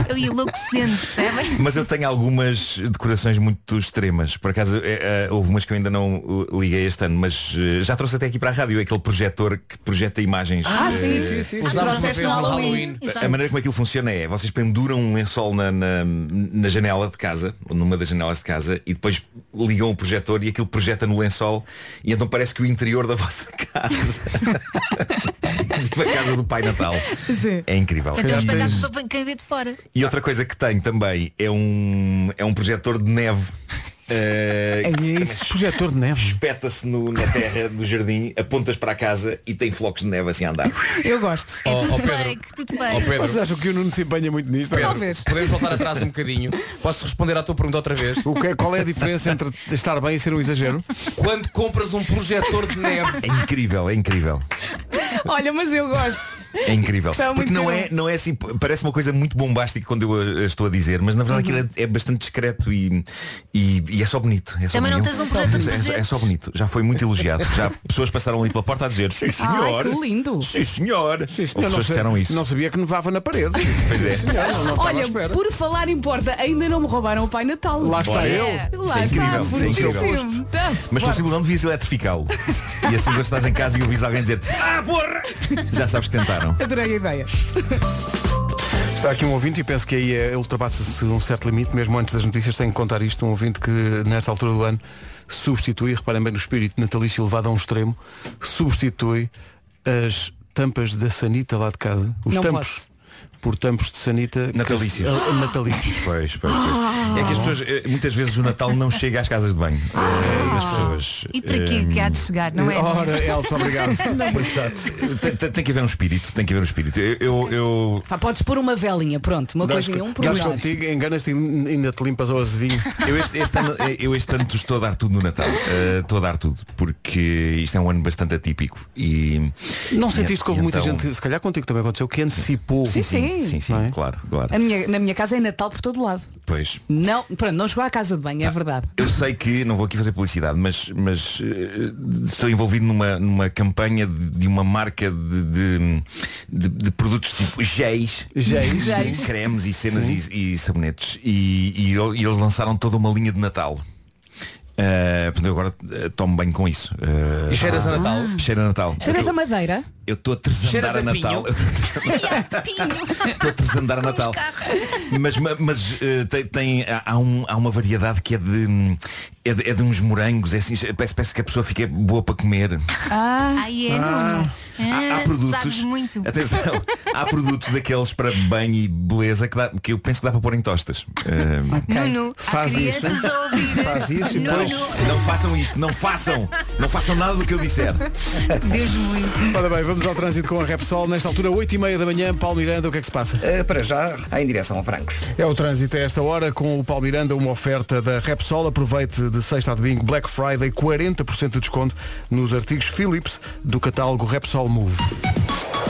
Speaker 1: Eu ia enlouquecendo, percebem?
Speaker 9: Mas eu tenho algumas decorações muito extremas. Por acaso é, é, houve umas que eu ainda não uh, liguei este ano, mas uh, já trouxe até aqui para a rádio aquele projetor que projeta imagens.
Speaker 3: Ah,
Speaker 9: uh,
Speaker 3: sim,
Speaker 2: Sim, sim, sim.
Speaker 1: Ah, trouxeste no Halloween.
Speaker 9: A-
Speaker 1: Exato.
Speaker 9: A maneira como aquilo funciona é, vocês penduram um lençol na, na, na janela de casa, ou numa das janelas de casa, e depois ligam o projetor e aquilo projeta no lençol e então parece que o interior da vossa casa. tipo a casa do Pai Natal.
Speaker 3: Sim. Então,
Speaker 9: É incrível.
Speaker 1: Até um
Speaker 2: calhar tens-
Speaker 1: espetáculo para quem vê de fora. É
Speaker 9: E outra coisa que tenho também é um, é um projetor de neve. eh,
Speaker 3: É
Speaker 9: que também
Speaker 2: Projetor de neve.
Speaker 9: Espeta-se no- na terra do jardim, apontas para a casa e tem flocos de neve assim a andar.
Speaker 3: Eu gosto.
Speaker 7: Ó, ó,
Speaker 1: tudo
Speaker 7: Pedro.
Speaker 1: bem, que tudo
Speaker 7: Ó,
Speaker 1: bem.
Speaker 7: Pedro,
Speaker 2: Vocês acham que o Nuno se empenha muito nisto?
Speaker 3: Talvez.
Speaker 7: podemos voltar atrás um bocadinho. Posso responder à tua pergunta outra vez?
Speaker 2: O que é- qual é a diferença entre estar bem e ser um exagero?
Speaker 7: Quando compras um projetor de neve,
Speaker 9: É incrível, é incrível.
Speaker 3: Olha, mas eu gosto.
Speaker 9: É incrível.
Speaker 3: Gostava
Speaker 9: Porque
Speaker 3: muito
Speaker 9: não
Speaker 3: dele.
Speaker 9: é, não é assim, parece uma coisa muito bombástica quando eu a, a estou a dizer, mas na verdade aquilo é, é bastante discreto e, e, e é só bonito. É só
Speaker 1: Também não
Speaker 9: bonito.
Speaker 1: tens um projeto de
Speaker 9: É- é, é só
Speaker 1: presentes.
Speaker 9: bonito. Já foi muito elogiado. Já pessoas passaram ali pela porta a dizer, sim senhor.
Speaker 3: que lindo."
Speaker 9: Sim senhor. Sim,
Speaker 2: Eu
Speaker 9: pessoas disseram isso.
Speaker 2: não sabia que nevava na parede.
Speaker 9: Pois é.
Speaker 2: Não, não estava à
Speaker 3: Olha,
Speaker 2: espera.
Speaker 3: por falar em porta, ainda não me roubaram o Pai Natal.
Speaker 2: Lá está eu.
Speaker 3: Lá
Speaker 9: Isso
Speaker 3: está,
Speaker 9: é incrível, isso é incrível.
Speaker 3: bonitíssimo. Tá,
Speaker 9: Mas
Speaker 3: forte.
Speaker 9: possível não devias eletrificá-lo. E assim quando estás em casa e ouvis alguém dizer, ah porra! Já sabes que tentaram.
Speaker 3: Adorei a ideia.
Speaker 2: Está aqui um ouvinte e penso que aí é, ultrapassa-se um certo limite, mesmo antes das notícias tenho que contar isto, um ouvinte que nesta altura do ano substitui, reparem bem no espírito natalício elevado a um extremo, substitui as tampas da sanita lá de casa, os
Speaker 3: Não
Speaker 2: tampos,
Speaker 3: posso.
Speaker 2: por tampos de sanita que-
Speaker 9: Natalícios.
Speaker 2: Ah, natalícios.
Speaker 9: Pois, pois, pois. É que as pessoas, eh, muitas vezes o Natal não chega às casas de banho. Eh, das pessoas.
Speaker 1: E para quê que há de chegar, não é?
Speaker 2: Ora, Elsa, obrigado. Por chato.
Speaker 9: Tem, tem- tem que haver um espírito, tem que haver um espírito. Eu, eu, eu-
Speaker 3: Pá, Tá, podes pôr uma velinha, pronto, uma
Speaker 2: Gás-
Speaker 3: coisinha, um por
Speaker 2: gás
Speaker 3: nós.
Speaker 2: contigo, enganas-te e ainda te limpas ao azevinho.
Speaker 9: eu este, este ano, eh, eu este ano estou a dar tudo no Natal. Eh, estou a dar tudo, porque isto é um ano bastante atípico. E,
Speaker 2: Não
Speaker 9: e-
Speaker 2: sentiste que
Speaker 9: e
Speaker 2: houve muita
Speaker 9: então-
Speaker 2: gente, se calhar contigo também aconteceu, que antecipou.
Speaker 3: Sim, sim.
Speaker 9: Sim, sim,
Speaker 2: Não é?
Speaker 9: claro, claro.
Speaker 3: A minha, na minha casa é Natal por todo lado.
Speaker 9: Pois.
Speaker 3: Não, pronto, não chegou à casa de banho,
Speaker 2: Tá.
Speaker 3: é verdade.
Speaker 9: Eu sei que, não vou aqui fazer publicidade, mas, mas eh, estou envolvido numa, numa campanha de, de uma marca de, de, de- de produtos tipo géis,
Speaker 2: Géis.
Speaker 9: Sim, cremes e cenas e, e sabonetes. E, e eu- e eles lançaram toda uma linha de Natal. Eh, portanto, eu agora eh, tomo bem com isso. Eh,
Speaker 7: cheiras a Natal.
Speaker 9: Cheira a Natal.
Speaker 3: Cheiras a madeira?
Speaker 9: Eu estou a tresandar
Speaker 7: Cheiras
Speaker 9: a
Speaker 7: a
Speaker 9: Natal.
Speaker 7: pinho?
Speaker 9: Eu
Speaker 1: Pinho.
Speaker 9: Estou a tresandar a Natal. Mas, ma- mas eh, tem, tem- há, há um- há uma variedade que é de, hum, é de, é de uns morangos. É assim, parece, parece que a pessoa fica boa para comer.
Speaker 1: Aí é Nuno.
Speaker 9: Há, há
Speaker 1: Ah,
Speaker 9: produtos.
Speaker 1: Sabes muito.
Speaker 9: Atenção, há produtos daqueles para banho e beleza que, dá- que eu penso que dá para pôr em tostas. Eh,
Speaker 1: Nuno,
Speaker 2: Faz
Speaker 1: há
Speaker 2: isso.
Speaker 1: crianças a ouvir.
Speaker 2: Faz isso e
Speaker 1: Nuno,
Speaker 9: não, não façam isto, não façam! Não façam nada do que eu disser.
Speaker 1: Deus muito.
Speaker 2: Ora bem, vamos ao trânsito com a Repsol. Nesta altura, 8h30 da manhã, Paulo Miranda, o que é que se passa?
Speaker 6: Eh, para já, há em direção a Francos.
Speaker 2: É o trânsito a esta hora com o Paulo Miranda, uma oferta da Repsol. Aproveite de sexta a domingo, Black Friday, 40% de desconto nos artigos Philips do catálogo Repsol Move.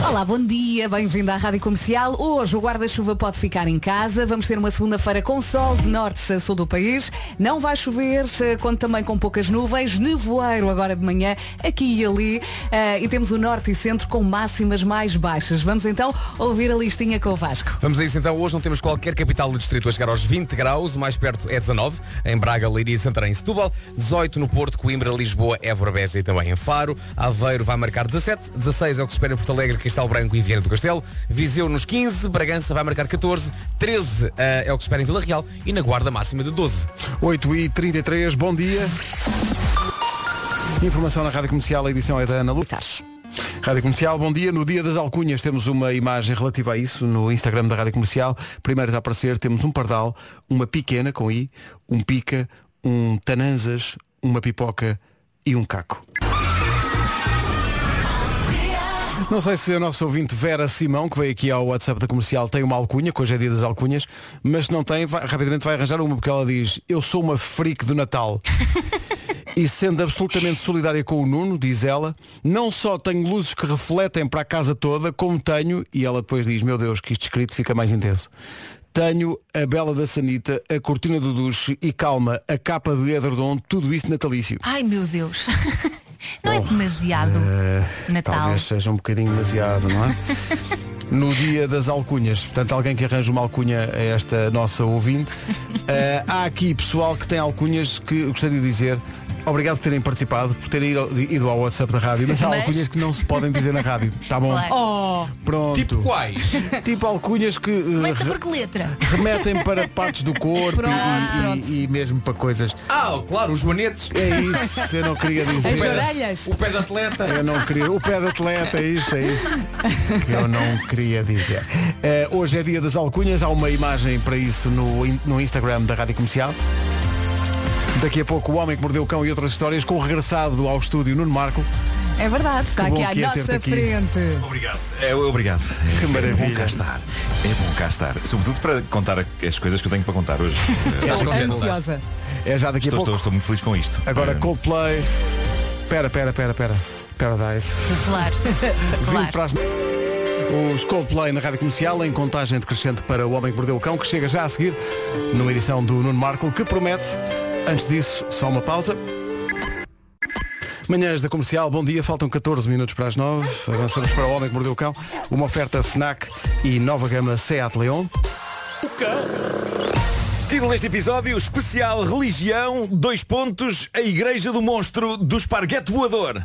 Speaker 3: Olá, bom dia, bem-vindo à Rádio Comercial. Hoje o guarda-chuva pode ficar em casa. Vamos ter uma segunda-feira com sol de norte a sul do país. Não vai chover, eh, conto também com poucas nuvens. Nevoeiro agora de manhã, aqui e ali. Eh, E temos o norte e centro com máximas mais baixas. Vamos então ouvir a listinha com o Vasco.
Speaker 7: Vamos a isso então. Hoje não temos qualquer capital de distrito a chegar aos 20 graus. O mais perto é 19. Em Braga, Leiria, Santarém e Setúbal. 18 no Porto, Coimbra, Lisboa, Évora, Beja e também em Faro. Aveiro vai marcar 17. 16 é o que se espera em Porto Alegre, Castelo Branco e Viana do Castelo. Viseu nos 15, Bragança vai marcar 14, 13 eh, é o que se espera em Vila Real e na guarda máxima de 12.
Speaker 2: 8 e 33, bom dia. Informação na Rádio Comercial, a edição é da Ana Lucas. Rádio Comercial, bom dia. No dia das alcunhas temos uma imagem relativa a isso no Instagram da Rádio Comercial. Primeiros a aparecer temos um pardal, uma pequena com i, um pica, um tananzas, uma pipoca e um caco. Não sei se a nossa ouvinte Vera Simão, que veio aqui ao WhatsApp da comercial, tem uma alcunha, que hoje é dia das alcunhas, mas se não tem, vai- rapidamente vai arranjar uma, porque ela diz, eu sou uma freak do Natal. E sendo absolutamente solidária com o Nuno, diz ela, não só tenho luzes que refletem para a casa toda, como tenho, e ela depois diz, meu Deus, que isto escrito fica mais intenso. Tenho a bela da sanita, a cortina do duche e calma, a capa de edredom, tudo isso natalício.
Speaker 1: Ai meu Deus. Não é demasiado.
Speaker 2: Eh,
Speaker 1: Natal.
Speaker 2: Talvez seja um bocadinho demasiado, não é? No dia das alcunhas, portanto alguém que arranja uma alcunha a esta nossa ouvinte. Eh, há aqui pessoal que tem alcunhas que eu gostaria de dizer obrigado por terem participado, por terem ido ao- ido ao WhatsApp da rádio, mas há
Speaker 11: Mas-
Speaker 2: alcunhas que não se podem dizer na rádio. Tá bom?
Speaker 1: Claro. Oh.
Speaker 2: Pronto.
Speaker 7: Tipo quais?
Speaker 2: Tipo alcunhas que. eh,
Speaker 1: Começa
Speaker 2: re-
Speaker 1: por que letra?
Speaker 2: Remetem para partes do corpo e- e- e, e mesmo para coisas.
Speaker 7: Ah, oh, claro, os joanetes.
Speaker 2: É isso, eu não queria dizer.
Speaker 7: O pé da- O pé de atleta.
Speaker 2: Eu não queria. O pé de atleta, é isso, é isso. Que eu não queria dizer. Eh, hoje é dia das alcunhas, há uma imagem para isso no, in- no Instagram da Rádio Comercial. Daqui a pouco o Homem que Mordeu o Cão e outras histórias com o regressado ao estúdio Nuno Marco.
Speaker 3: É verdade, está
Speaker 2: Que bom
Speaker 3: aqui à
Speaker 2: que é
Speaker 3: nossa
Speaker 2: ter-te aqui.
Speaker 3: frente.
Speaker 9: Obrigado. É, obrigado.
Speaker 2: Que maravilha.
Speaker 9: É bom cá estar. É bom cá estar. Sobretudo para contar as coisas que eu tenho para contar hoje.
Speaker 2: Estás
Speaker 9: Estou
Speaker 2: contente?
Speaker 3: Ansiosa.
Speaker 2: É já daqui a pouco.
Speaker 9: Estou, É. estou, estou muito feliz com isto. Eh,
Speaker 2: Agora Coldplay. Pera, pera, pera, pera. Paradise.
Speaker 1: Claro.
Speaker 2: Vindo para as... Os Coldplay na Rádio Comercial em contagem decrescente para O Homem que Mordeu o Cão, que chega já a seguir numa edição do Nuno Marco, que promete, antes disso, só uma pausa. Manhãs da Comercial, bom dia, faltam 14 minutos para as 9. Avançamos para O Homem que Mordeu o Cão, uma oferta FNAC e nova gama Seat Leon.
Speaker 9: Título deste episódio, especial religião, dois pontos, a igreja do monstro do esparguete voador.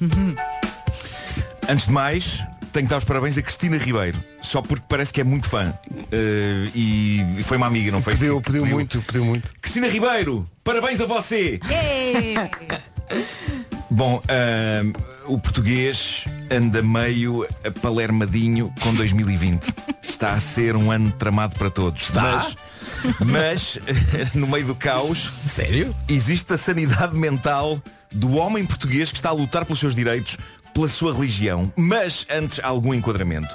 Speaker 9: Antes de mais, tenho que dar os parabéns a Cristina Ribeiro, só porque parece que é muito fã. Eh, e foi uma amiga, não foi?
Speaker 2: Pediu, pediu muito, pediu muito.
Speaker 9: Cristina Ribeiro, parabéns a você! Bom, ahm, o português anda meio a palermadinho com 2020. Está a ser um ano tramado para todos. Mas, mas, no meio do caos,
Speaker 7: sério?
Speaker 9: Existe a sanidade mental do homem português que está a lutar pelos seus direitos, pela sua religião. Mas antes há algum enquadramento.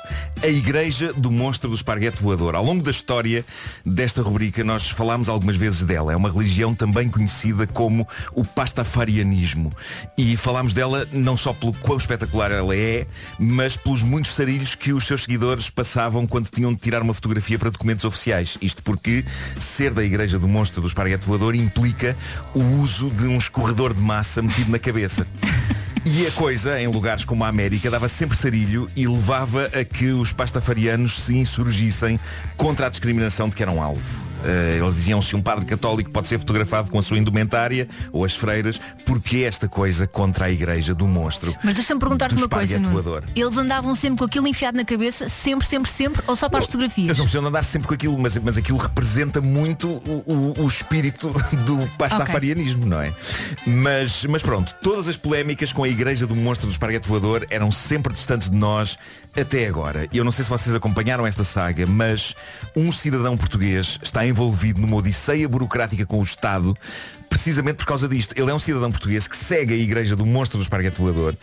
Speaker 9: A Igreja do Monstro do Esparguete Voador. Ao longo da história desta rubrica nós falámos algumas vezes dela. É uma religião também conhecida como o pastafarianismo. E falámos dela não só pelo quão espetacular ela é, mas pelos muitos sarilhos que os seus seguidores passavam quando tinham de tirar uma fotografia para documentos oficiais. Isto porque ser da Igreja do Monstro do Esparguete Voador implica o uso de um escorredor de massa metido na cabeça. E a coisa, em lugares como a América, dava sempre sarilho e levava a que os pastafarianos se insurgissem contra a discriminação de que eram alvo. Eh, eles diziam se um padre católico pode ser fotografado com a sua indumentária ou as freiras, porque esta coisa contra a igreja do monstro?
Speaker 1: Mas deixa-me perguntar-te
Speaker 9: do
Speaker 1: uma coisa,
Speaker 9: esparguete
Speaker 1: Nuno.
Speaker 9: voador?
Speaker 1: Eles andavam sempre com aquilo enfiado na cabeça, sempre, sempre, sempre, ou só para as
Speaker 9: Eles
Speaker 1: fotografias?
Speaker 9: não precisam de andar sempre com aquilo, mas, mas aquilo representa muito o, o- o espírito do pastafarianismo, não é? Mas, mas pronto, todas as polémicas com a igreja do monstro do esparguete voador eram sempre distantes de nós até agora. E eu não sei se vocês acompanharam esta saga, mas um cidadão português está envolvido numa odisseia burocrática com o Estado precisamente por causa disto. Ele é um cidadão português que segue a igreja do monstro do esparguete voador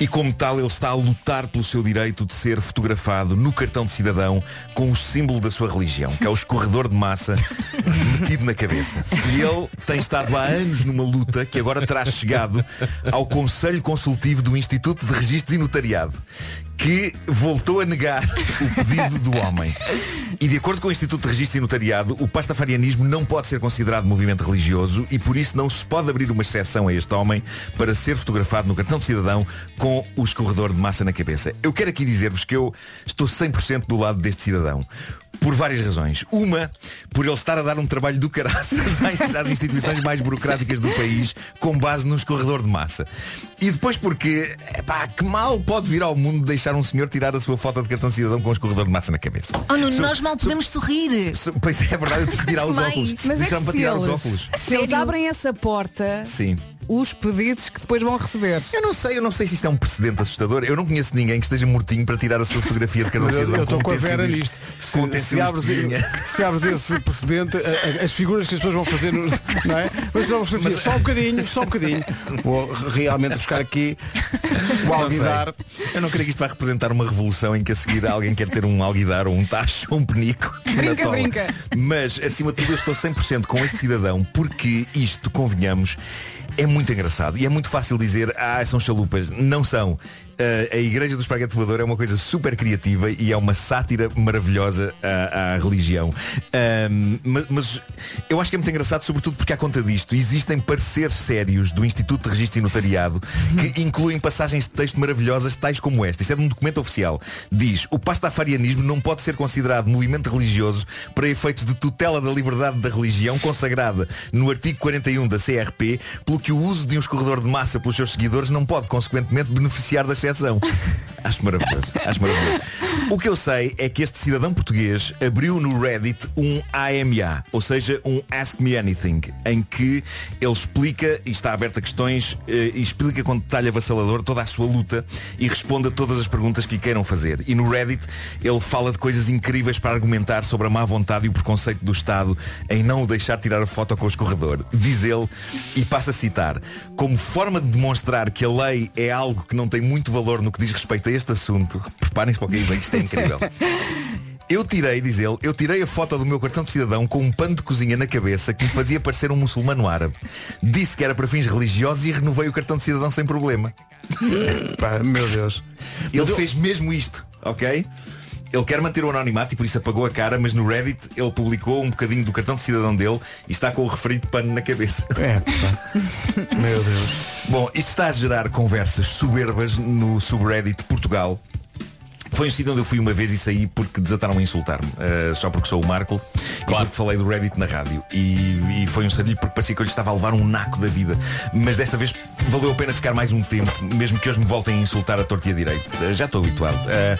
Speaker 9: e como tal ele está a lutar pelo seu direito de ser fotografado no cartão de cidadão com o símbolo da sua religião, que é o escorredor de massa metido na cabeça. E ele tem estado há anos numa luta que agora terá chegado ao Conselho Consultivo do Instituto de Registros e Notariado, que voltou a negar o pedido do homem. E de acordo com o Instituto de Registro e Notariado, o pastafarianismo não pode ser considerado movimento religioso e por isso não se pode abrir uma exceção a este homem para ser fotografado no cartão de cidadão com o escorredor de massa na cabeça. Eu quero aqui dizer-vos que eu estou 100% do lado deste cidadão. Por várias razões. Uma, por ele estar a dar um trabalho do caraças às, às instituições mais burocráticas do país com base num escorredor de massa. E depois porque, pá, que mal pode vir ao mundo deixar um senhor tirar a sua foto de cartão de cidadão com um escorredor de massa na cabeça.
Speaker 1: Oh, Nuno, nós mal podemos sorrir.
Speaker 9: So- Pois é, é verdade, eu tive que tirar os
Speaker 1: Demais.
Speaker 9: óculos.
Speaker 3: Mas é que
Speaker 9: Disseram para
Speaker 3: se
Speaker 9: tirar
Speaker 3: eles,
Speaker 9: os óculos.
Speaker 3: se eles abrem essa porta,
Speaker 9: Sim.
Speaker 3: os pedidos que depois vão receber.
Speaker 9: Eu não sei, eu não sei se isto é um precedente assustador. Eu não conheço ninguém que esteja mortinho para tirar a sua fotografia de cartão
Speaker 2: Mas
Speaker 9: de
Speaker 2: eu
Speaker 9: cidadão.
Speaker 2: eu estou com a
Speaker 9: ter
Speaker 2: Vera
Speaker 9: sido
Speaker 2: nisto.
Speaker 9: isto- com ter
Speaker 2: Se, se
Speaker 9: sido
Speaker 2: abres,
Speaker 9: isto minha.
Speaker 2: se abres esse precedente, a- a- as figuras que as pessoas vão fazer, no- não é? Mas não, Sofia, só um bocadinho, só um bocadinho. Vou realmente buscar aqui o
Speaker 9: Não sei.
Speaker 2: alguidar.
Speaker 9: Eu não creio que isto vai representar uma revolução em que a seguir alguém quer ter um alguidar ou um tacho ou um penico. na
Speaker 3: Brinca,
Speaker 9: tola.
Speaker 3: brinca.
Speaker 9: Mas, acima de tudo, eu estou 100% com este cidadão porque isto, convenhamos, é muito engraçado e é muito fácil dizer, ah, são chalupas. Não são. Ah, a Igreja do Esparguete Voador é uma coisa super criativa e é uma sátira maravilhosa à, à religião. Ahm, ma- mas, eu acho que é muito engraçado, sobretudo porque à conta disto existem pareceres sérios do Instituto de Registro e Notariado que incluem passagens de texto maravilhosas tais como esta. Isto é de um documento oficial. Diz, o pastafarianismo não pode ser considerado movimento religioso para efeitos de tutela da liberdade da religião consagrada no artigo 41 da CRP, pelo que o uso de um escorredor de massa pelos seus seguidores não pode, consequentemente, beneficiar da exceção. Acho maravilhoso. Acho maravilhoso. O que eu sei é que este cidadão português abriu no Reddit um AMA, ou seja, um Ask Me Anything, em que ele explica, e está aberto a questões, eh, e explica com detalhe avassalador toda a sua luta e responde a todas as perguntas que lhe queiram fazer. E no Reddit ele fala de coisas incríveis para argumentar sobre a má vontade e o preconceito do Estado em não o deixar tirar a foto com o escorredor. Diz ele, e passa a citar, como forma de demonstrar que a lei é algo que não tem muito valor no que diz respeito a este assunto, preparem-se para o que aí vem, isto é incrível. Eu tirei, diz ele, eu tirei a foto do meu cartão de cidadão com um pano de cozinha na cabeça que me fazia parecer um muçulmano árabe. Disse que era para fins religiosos e renovei o cartão de cidadão sem problema.
Speaker 2: Pá, meu Deus.
Speaker 9: Ele fez mesmo isto, ok? Ele quer manter o anonimato e por isso apagou a cara, mas no Reddit ele publicou um bocadinho do cartão de cidadão dele e está com o referido pano na cabeça.
Speaker 2: É, pá. Meu Deus.
Speaker 9: Bom, isto está a gerar conversas soberbas no subreddit Portugal. Foi um sítio onde eu fui uma vez e saí porque desataram a insultar-me. eh, só porque sou o Marco. Claro. que falei do Reddit na rádio. E, e foi um sadilho porque parecia que eu lhe estava a levar um naco da vida. Mas desta vez valeu a pena ficar mais um tempo, mesmo que hoje me voltem a insultar a torta e a direito. Eh, já estou habituado. Eh,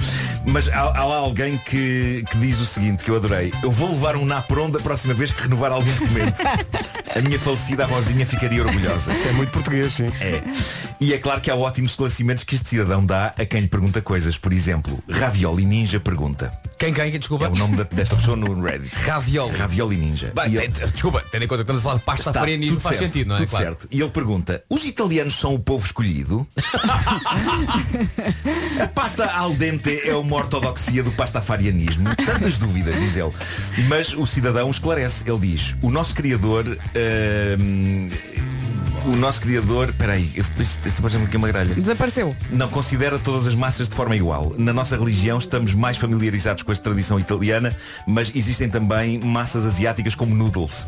Speaker 9: mas há, há lá alguém que, que diz o seguinte, que eu adorei. Eu vou levar um napron da próxima vez que renovar algum documento. a minha falecida avózinha ficaria orgulhosa.
Speaker 2: Isto é muito português, sim.
Speaker 9: É. E é claro que há ótimos esclarecimentos que este cidadão dá a quem lhe pergunta coisas. Por exemplo, Ravioli Ninja pergunta.
Speaker 7: Quem, quem, quem, desculpa?
Speaker 9: É o nome da- desta pessoa no Reddit.
Speaker 7: Ravioli.
Speaker 9: Ravioli Ninja.
Speaker 7: Bem,
Speaker 9: E
Speaker 7: tem-
Speaker 9: ele-
Speaker 7: desculpa, tendo em conta que estamos a falar de pasta
Speaker 9: Está,
Speaker 7: farianismo,
Speaker 9: tudo
Speaker 7: faz
Speaker 9: certo,
Speaker 7: sentido, não é?
Speaker 9: Tudo
Speaker 7: Claro.
Speaker 9: certo. E ele pergunta, os italianos são o povo escolhido? a pasta al dente é uma ortodoxia do pastafarianismo. Tantas dúvidas, diz ele. Mas o cidadão esclarece. Ele diz, o nosso criador... hum, o nosso criador, peraí, eu- isto isto parece-me aqui uma gralha
Speaker 3: Desapareceu.
Speaker 9: não considera todas as massas de forma igual. Na nossa religião estamos mais familiarizados com a tradição italiana, mas existem também massas asiáticas como noodles.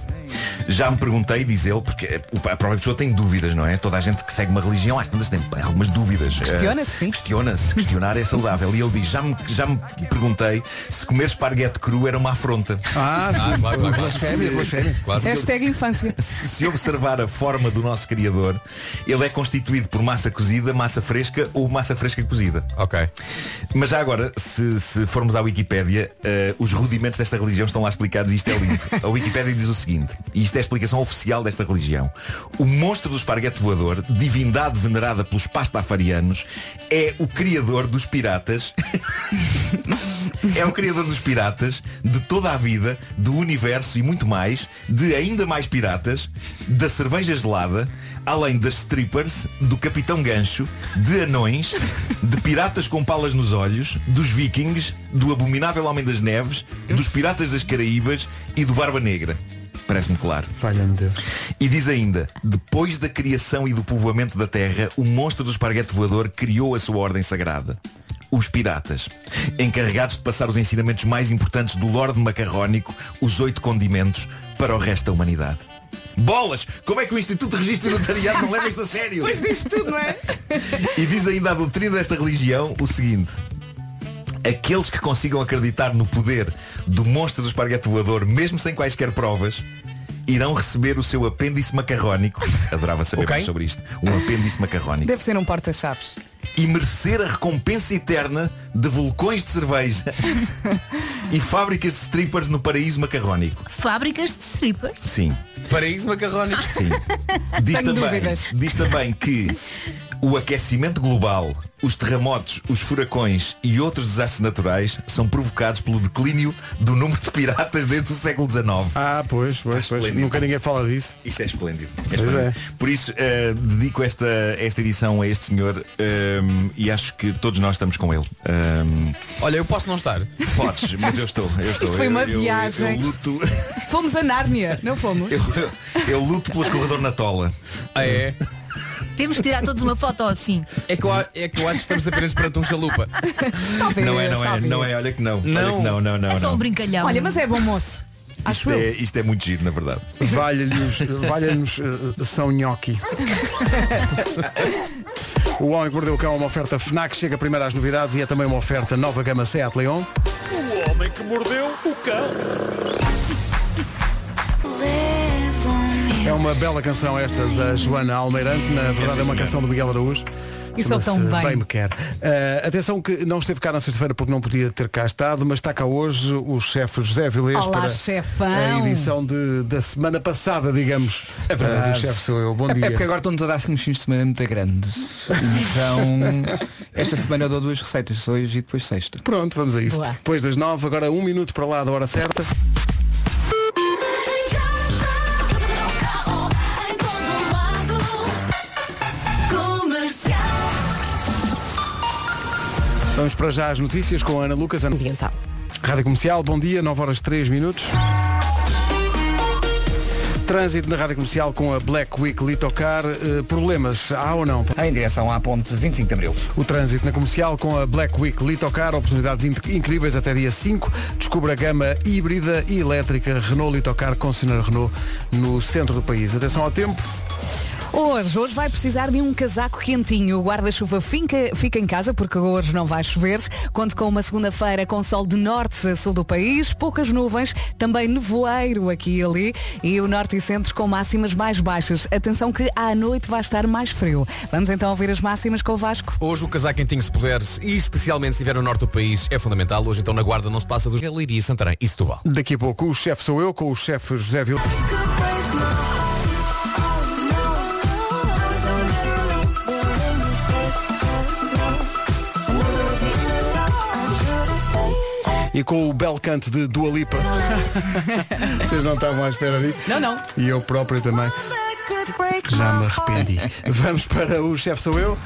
Speaker 9: Já me perguntei, diz ele, porque eh, o- a própria pessoa tem dúvidas, não é? Toda a gente que segue uma religião às tantas tem algumas dúvidas.
Speaker 3: Questiona-se, sim.
Speaker 9: Eh, Questiona-se, questionar é saudável. E ele diz, já me, já me perguntei se comer esparguete cru era uma afronta.
Speaker 2: Ah,
Speaker 7: Ah,
Speaker 2: sim.
Speaker 7: claro, claro.
Speaker 2: Blasfémia, blasfémia.
Speaker 7: Claro.
Speaker 3: Hashtag infância.
Speaker 9: se se observar a forma do nosso Criador, ele é constituído por massa cozida, massa fresca ou massa fresca cozida.
Speaker 7: Ok.
Speaker 9: Mas já agora, se, se formos à Wikipédia, eh, os rudimentos desta religião estão lá explicados e isto é lindo. A Wikipédia diz o seguinte, e isto é a explicação oficial desta religião. O monstro do esparguete voador, divindade venerada pelos pastafarianos, é o criador dos piratas. é o criador dos piratas, de toda a vida, do universo e muito mais, de ainda mais piratas, da cerveja gelada, além das strippers, do capitão gancho, de anões, de piratas com palas nos olhos, dos vikings, do abominável homem das neves, dos piratas das Caraíbas e do Barba Negra. Parece-me claro.
Speaker 2: Falha-me Deus.
Speaker 9: E diz ainda, depois da criação e do povoamento da terra, o monstro do esparguete voador criou a sua ordem sagrada. Os piratas, encarregados de passar os ensinamentos mais importantes do Lorde Macarrónico, os oito condimentos, para o resto da humanidade. Bolas! Como é que o Instituto de Registro e Notariado não leva isto a sério?
Speaker 3: Mas diz tudo, não é?
Speaker 9: E diz ainda a doutrina desta religião o seguinte. aqueles que consigam acreditar no poder do monstro do esparguete voador, mesmo sem quaisquer provas, irão receber o seu apêndice macarrónico. Adorava saber mais sobre isto. Um apêndice macarrónico.
Speaker 3: Deve ser um porta-chaves.
Speaker 9: E merecer a recompensa eterna de vulcões de cerveja e fábricas de strippers no paraíso macarrónico.
Speaker 1: Fábricas de strippers.
Speaker 9: Sim.
Speaker 7: Paraíso macarrónico.
Speaker 9: Sim. Diz
Speaker 1: Tenho
Speaker 9: também,
Speaker 1: dúvidas.
Speaker 9: diz também que o aquecimento global, os terremotos, os furacões e outros desastres naturais são provocados pelo declínio do número de piratas desde o século XIX.
Speaker 2: Ah, pois, pois, pois. Nunca ninguém fala disso.
Speaker 9: Isto é esplêndido. É
Speaker 2: Pois
Speaker 9: esplêndido.
Speaker 2: é.
Speaker 9: Por isso, eh, dedico esta, esta edição a este senhor ehm, e acho que todos nós estamos com ele. Ehm,
Speaker 7: Olha, eu posso não estar.
Speaker 9: podes, mas eu estou. Eu estou.
Speaker 3: Isto foi
Speaker 9: Eu-
Speaker 3: uma
Speaker 9: eu- eu-
Speaker 3: viagem.
Speaker 9: eu luto.
Speaker 3: Fomos a Nárnia, não fomos?
Speaker 9: Eu, eu luto pelo escorredor na tola.
Speaker 7: Ah, é?
Speaker 1: Temos que tirar todos uma foto assim.
Speaker 7: É que, eu, a- é que eu acho que estamos apenas perante um chalupa.
Speaker 3: Talvez,
Speaker 9: não é, não é,
Speaker 3: talvez.
Speaker 9: não é, olha que não. Olha
Speaker 7: Não.
Speaker 9: que não, não, não.
Speaker 1: é só
Speaker 9: não.
Speaker 1: um brincalhão.
Speaker 3: Olha, mas é bom moço. Acho
Speaker 9: Isto é, isto é muito giro, na verdade.
Speaker 2: Valha-nos valha eh, São Nhoque. O Homem que Mordeu o Cão é uma oferta FNAC, chega primeiro às novidades e é também uma oferta nova gama Seat Leon.
Speaker 11: O homem que mordeu o cão.
Speaker 2: É uma bela canção esta da Joana Almeirante, na
Speaker 9: Essa
Speaker 2: verdade é uma
Speaker 9: senhora.
Speaker 2: canção do Miguel Araújo.
Speaker 3: E sou tão
Speaker 2: Chama-se
Speaker 3: bem.
Speaker 2: me quer. Ah, atenção que não esteve cá na sexta-feira porque não podia ter cá estado, mas está cá hoje o chefe José Vilês
Speaker 3: Olá,
Speaker 2: para
Speaker 3: chefão.
Speaker 2: a edição de- da semana passada, digamos. É
Speaker 4: verdade.
Speaker 2: do chefe sou eu. Bom dia.
Speaker 4: É porque agora estão-nos a dar assim uns fins de semana muito grandes. Então, esta semana eu dou duas receitas, hoje e depois sexta.
Speaker 2: Pronto, vamos a isto.
Speaker 4: Boa.
Speaker 2: Depois das nove, agora um minuto para lá da hora certa. Vamos para já às notícias com a Ana Lucas. Ana...
Speaker 12: Ambiental.
Speaker 2: Rádio Comercial, bom dia, 9 horas 3 minutos. Trânsito na Rádio Comercial com a Black Week Litocar. Eh, problemas há ou não?
Speaker 6: Em direção à ponte 25 de Abril.
Speaker 2: O trânsito na comercial com a Black Week Litocar, oportunidades in- incríveis até dia 5. Descubra a gama híbrida e elétrica Renault Litocar, concessionário Renault, no centro do país. Atenção ao tempo.
Speaker 3: Hoje, hoje vai precisar de um casaco quentinho. O guarda-chuva fica, fica em casa porque hoje não vai chover. Conto com uma segunda-feira com sol de norte a sul do país, poucas nuvens, também nevoeiro aqui e ali e o norte e centro com máximas mais baixas. Atenção que à noite vai estar mais frio. Vamos então ouvir as máximas com o Vasco.
Speaker 7: Hoje o casaco quentinho, se puderes, e especialmente se estiver no norte do país, é fundamental. Hoje então na guarda não se passa dos Leiria, Santarém e Setúbal.
Speaker 2: Daqui a pouco o chefe sou eu, com o chefe José Vil. E com o bel canto de Dua Lipa. Vocês não estavam à espera disso?
Speaker 3: Não, não.
Speaker 2: E eu próprio também. Já me arrependi. Vamos para o Chefe Sou Eu,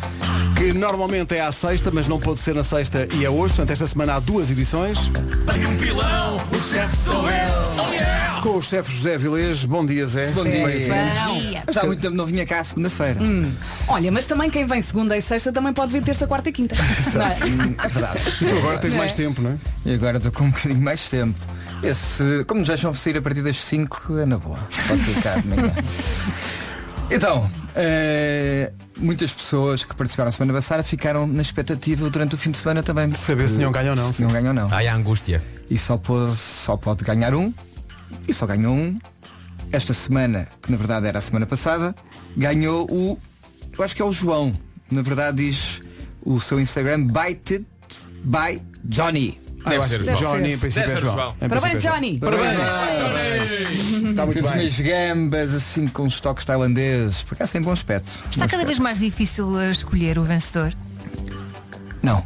Speaker 2: que normalmente é à sexta, mas não pode ser na sexta e é hoje. Portanto, esta semana há duas edições.
Speaker 11: Um pilão, o chefe sou eu. Oh yeah!
Speaker 2: Com o chefe José Vilês. Bom dia, Zé.
Speaker 4: Bom dia.
Speaker 2: Bem-vindo.
Speaker 4: Já há muito tempo não vinha cá à segunda-feira.
Speaker 3: Olha, mas também quem vem segunda e sexta também pode vir terça, quarta e quinta. Não é?
Speaker 4: É verdade.
Speaker 2: E tu agora tens mais tempo, não é?
Speaker 4: E agora estou com um bocadinho mais tempo. Esse, como nos deixam sair a partir das 5, é na boa. Posso ir cá de manhã. Então, eh, muitas pessoas que participaram na semana passada ficaram na expectativa durante o fim de semana também. De
Speaker 2: saber se tinham ganho ou não.
Speaker 4: Se tinham ganho ou não.
Speaker 7: Ai, a angústia.
Speaker 4: E só pode, só pode ganhar um. E só ganhou um. Esta semana, que na verdade era a semana passada, ganhou o. Eu acho que é o João. Na verdade diz o seu Instagram Bited by Johnny.
Speaker 7: Deve ser o João.
Speaker 2: Johnny, em princípio,
Speaker 7: Deve
Speaker 2: é
Speaker 7: ser o
Speaker 2: João.
Speaker 7: João.
Speaker 2: Em
Speaker 3: Parabéns,
Speaker 2: princípio é
Speaker 3: Johnny.
Speaker 4: Parabéns!
Speaker 2: Johnny. Está Tá muito
Speaker 4: Temos
Speaker 2: bem.
Speaker 4: umas gambas assim com os toques tailandeses, porque é sem bom aspecto.
Speaker 1: Está
Speaker 4: Bom
Speaker 1: cada vez
Speaker 4: aspecto.
Speaker 1: mais difícil eh, escolher o vencedor.
Speaker 4: Não,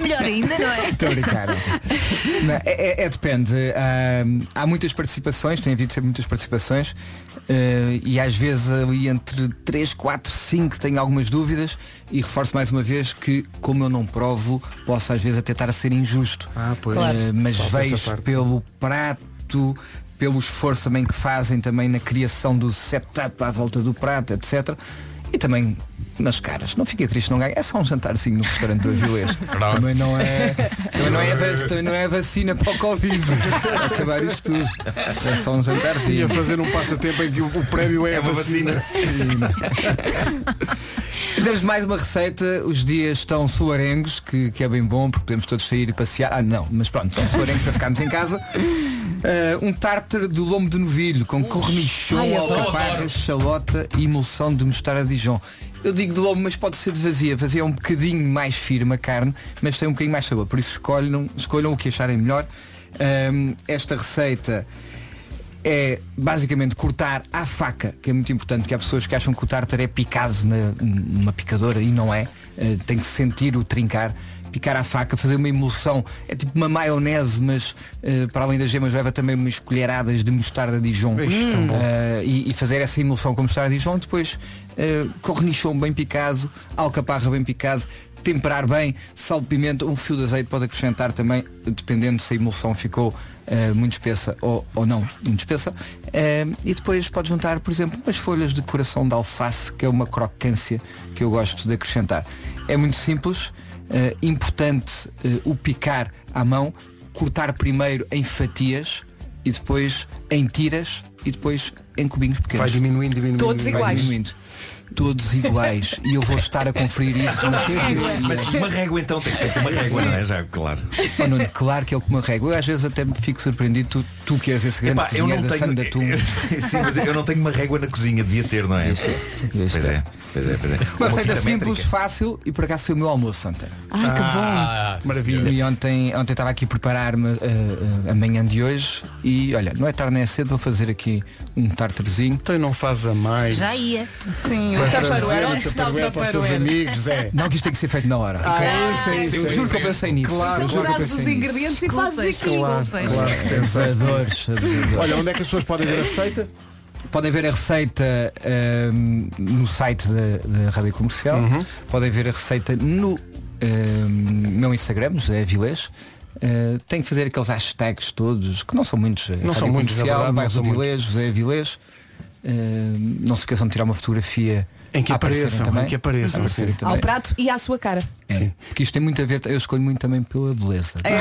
Speaker 1: Melhor ainda, não é?
Speaker 4: estou a brincar. Não, é, é- é depende. Ahm, há muitas participações, tem havido sempre muitas participações, eh, e às vezes ali entre 3, 4, 5 tenho algumas dúvidas e reforço mais uma vez que como eu não provo, posso às vezes até estar a ser injusto.
Speaker 2: Ah, pois.
Speaker 3: Claro.
Speaker 4: Eh, mas
Speaker 2: Falta essa
Speaker 4: vejo
Speaker 2: parte.
Speaker 4: pelo prato, pelo esforço também que fazem também na criação do setup à volta do prato, etc. E também Mas caras, não fiquei triste, não ganho. É só um jantarzinho no restaurante do Avilés. também não é. Também não é, vac- também não é vacina para o Covid. Acabar isto tudo. É só um jantarzinho.
Speaker 2: Ia fazer um passatempo em que o, o prémio é,
Speaker 4: É
Speaker 2: a
Speaker 4: uma
Speaker 2: vacina.
Speaker 4: Temos mais uma receita, os dias estão solarengos, que, que é bem bom, porque podemos todos sair e passear. Ah não, mas pronto, estão solarengos para ficarmos em casa. Ah, um tártaro de lombo de novilho com
Speaker 11: Ai,
Speaker 4: cornichon,
Speaker 11: adoro.
Speaker 4: alcaparras, chalota e emulsão de mostarda de Dijon. Eu digo de lombo, mas pode ser de vazia. Vazia é um bocadinho mais firme a carne, mas tem um bocadinho mais sabor. Por isso escolham, escolham o que acharem melhor. Ah, esta receita é basicamente cortar à faca, que é muito importante, que há pessoas que acham que o tártaro é picado na- numa picadora e não é. Eh, tem que sentir o trincar, picar à faca, fazer uma emulsão. É tipo uma maionese, mas eh, para além das gemas leva também umas colheradas de mostarda Dijon.
Speaker 2: Ixi, tão bom.
Speaker 4: Eh, e, e fazer essa emulsão com mostarda Dijon, depois eh, cornichão bem picado, alcaparra bem picado, temperar bem, sal, pimenta, um fio de azeite pode acrescentar também, dependendo se a emulsão ficou eh, muito espessa ou, ou não muito espessa. Eh, e depois pode juntar, por exemplo, umas folhas de coração de alface, que é uma crocância que eu gosto de acrescentar. É muito simples, eh, importante eh, o picar à mão, cortar primeiro em fatias e depois em tiras e depois em cubinhos pequenos.
Speaker 2: Vai diminuindo, diminuindo.
Speaker 4: Todos
Speaker 2: diminuindo.
Speaker 4: iguais. Todos iguais. E eu vou estar a conferir isso. no
Speaker 9: Mas uma régua então tem que ter uma régua, não é? Já, claro.
Speaker 4: Oh, Nuno, claro que é o que me rego. Eu às vezes até me fico surpreendido. Tu, tu que és esse grande
Speaker 9: Epá, eu
Speaker 4: cozinheiro
Speaker 9: não
Speaker 4: da
Speaker 9: tenho. é,
Speaker 4: Sanda Tum.
Speaker 9: Sim, mas eu não tenho uma régua na cozinha, devia ter, não é? Pois é, pois é, pois é.
Speaker 4: Uma
Speaker 9: Uma
Speaker 4: receita
Speaker 9: fita
Speaker 4: simples,
Speaker 9: métrica.
Speaker 4: fácil e por acaso foi o meu almoço ontem.
Speaker 9: Ai, que Ah, bom. sim,
Speaker 4: Maravilha. E ontem, ontem estava aqui a preparar-me eh, eh, a manhã de hoje e olha, não é tarde nem é cedo, vou fazer aqui um tartarezinho.
Speaker 2: Então não faz a mais.
Speaker 1: Já ia.
Speaker 3: Sim,
Speaker 4: Vai
Speaker 3: o
Speaker 4: trazer
Speaker 3: Tupperware.
Speaker 4: o
Speaker 3: Onde está o
Speaker 2: Tupperware para os teus
Speaker 3: Tupperware?
Speaker 2: amigos, é.
Speaker 4: Não que isto tem que ser feito na hora.
Speaker 2: Ah,
Speaker 4: ok?
Speaker 2: é isso, é isso,
Speaker 4: Eu
Speaker 2: é
Speaker 4: juro
Speaker 2: isso.
Speaker 4: que eu pensei nisso.
Speaker 2: Claro,
Speaker 4: juro
Speaker 2: claro
Speaker 4: que
Speaker 2: que
Speaker 4: eu pensei
Speaker 2: sim.
Speaker 4: nisso.
Speaker 3: Ingredientes e fazes aqui.
Speaker 4: Claro
Speaker 1: Claro,
Speaker 4: que pensaste. Abusadores, abusadores.
Speaker 2: Olha, onde é que as pessoas podem ver a receita?
Speaker 4: Podem ver a receita ehm, no site da, da Rádio Comercial,
Speaker 2: Uhum.
Speaker 4: podem ver a receita no ehm, meu Instagram, José Avilés. Eh, tem que fazer aqueles hashtags todos, que não são muitos. eh,
Speaker 2: Não
Speaker 4: Rádio
Speaker 2: são muitos, na
Speaker 4: Comercial,
Speaker 2: verdade, não
Speaker 4: Bairro
Speaker 2: são
Speaker 4: do Avilés, José Avilés. Ehm, não se esqueçam de tirar uma fotografia
Speaker 2: Em que
Speaker 4: a aparecerem
Speaker 2: apareçam,
Speaker 4: também.
Speaker 2: em que apareçam,
Speaker 4: A aparecerem
Speaker 2: sim.
Speaker 3: Ao
Speaker 4: também.
Speaker 3: prato e à sua cara.
Speaker 4: É, porque isto tem muito a ver, eu escolho muito também pela beleza.
Speaker 2: É.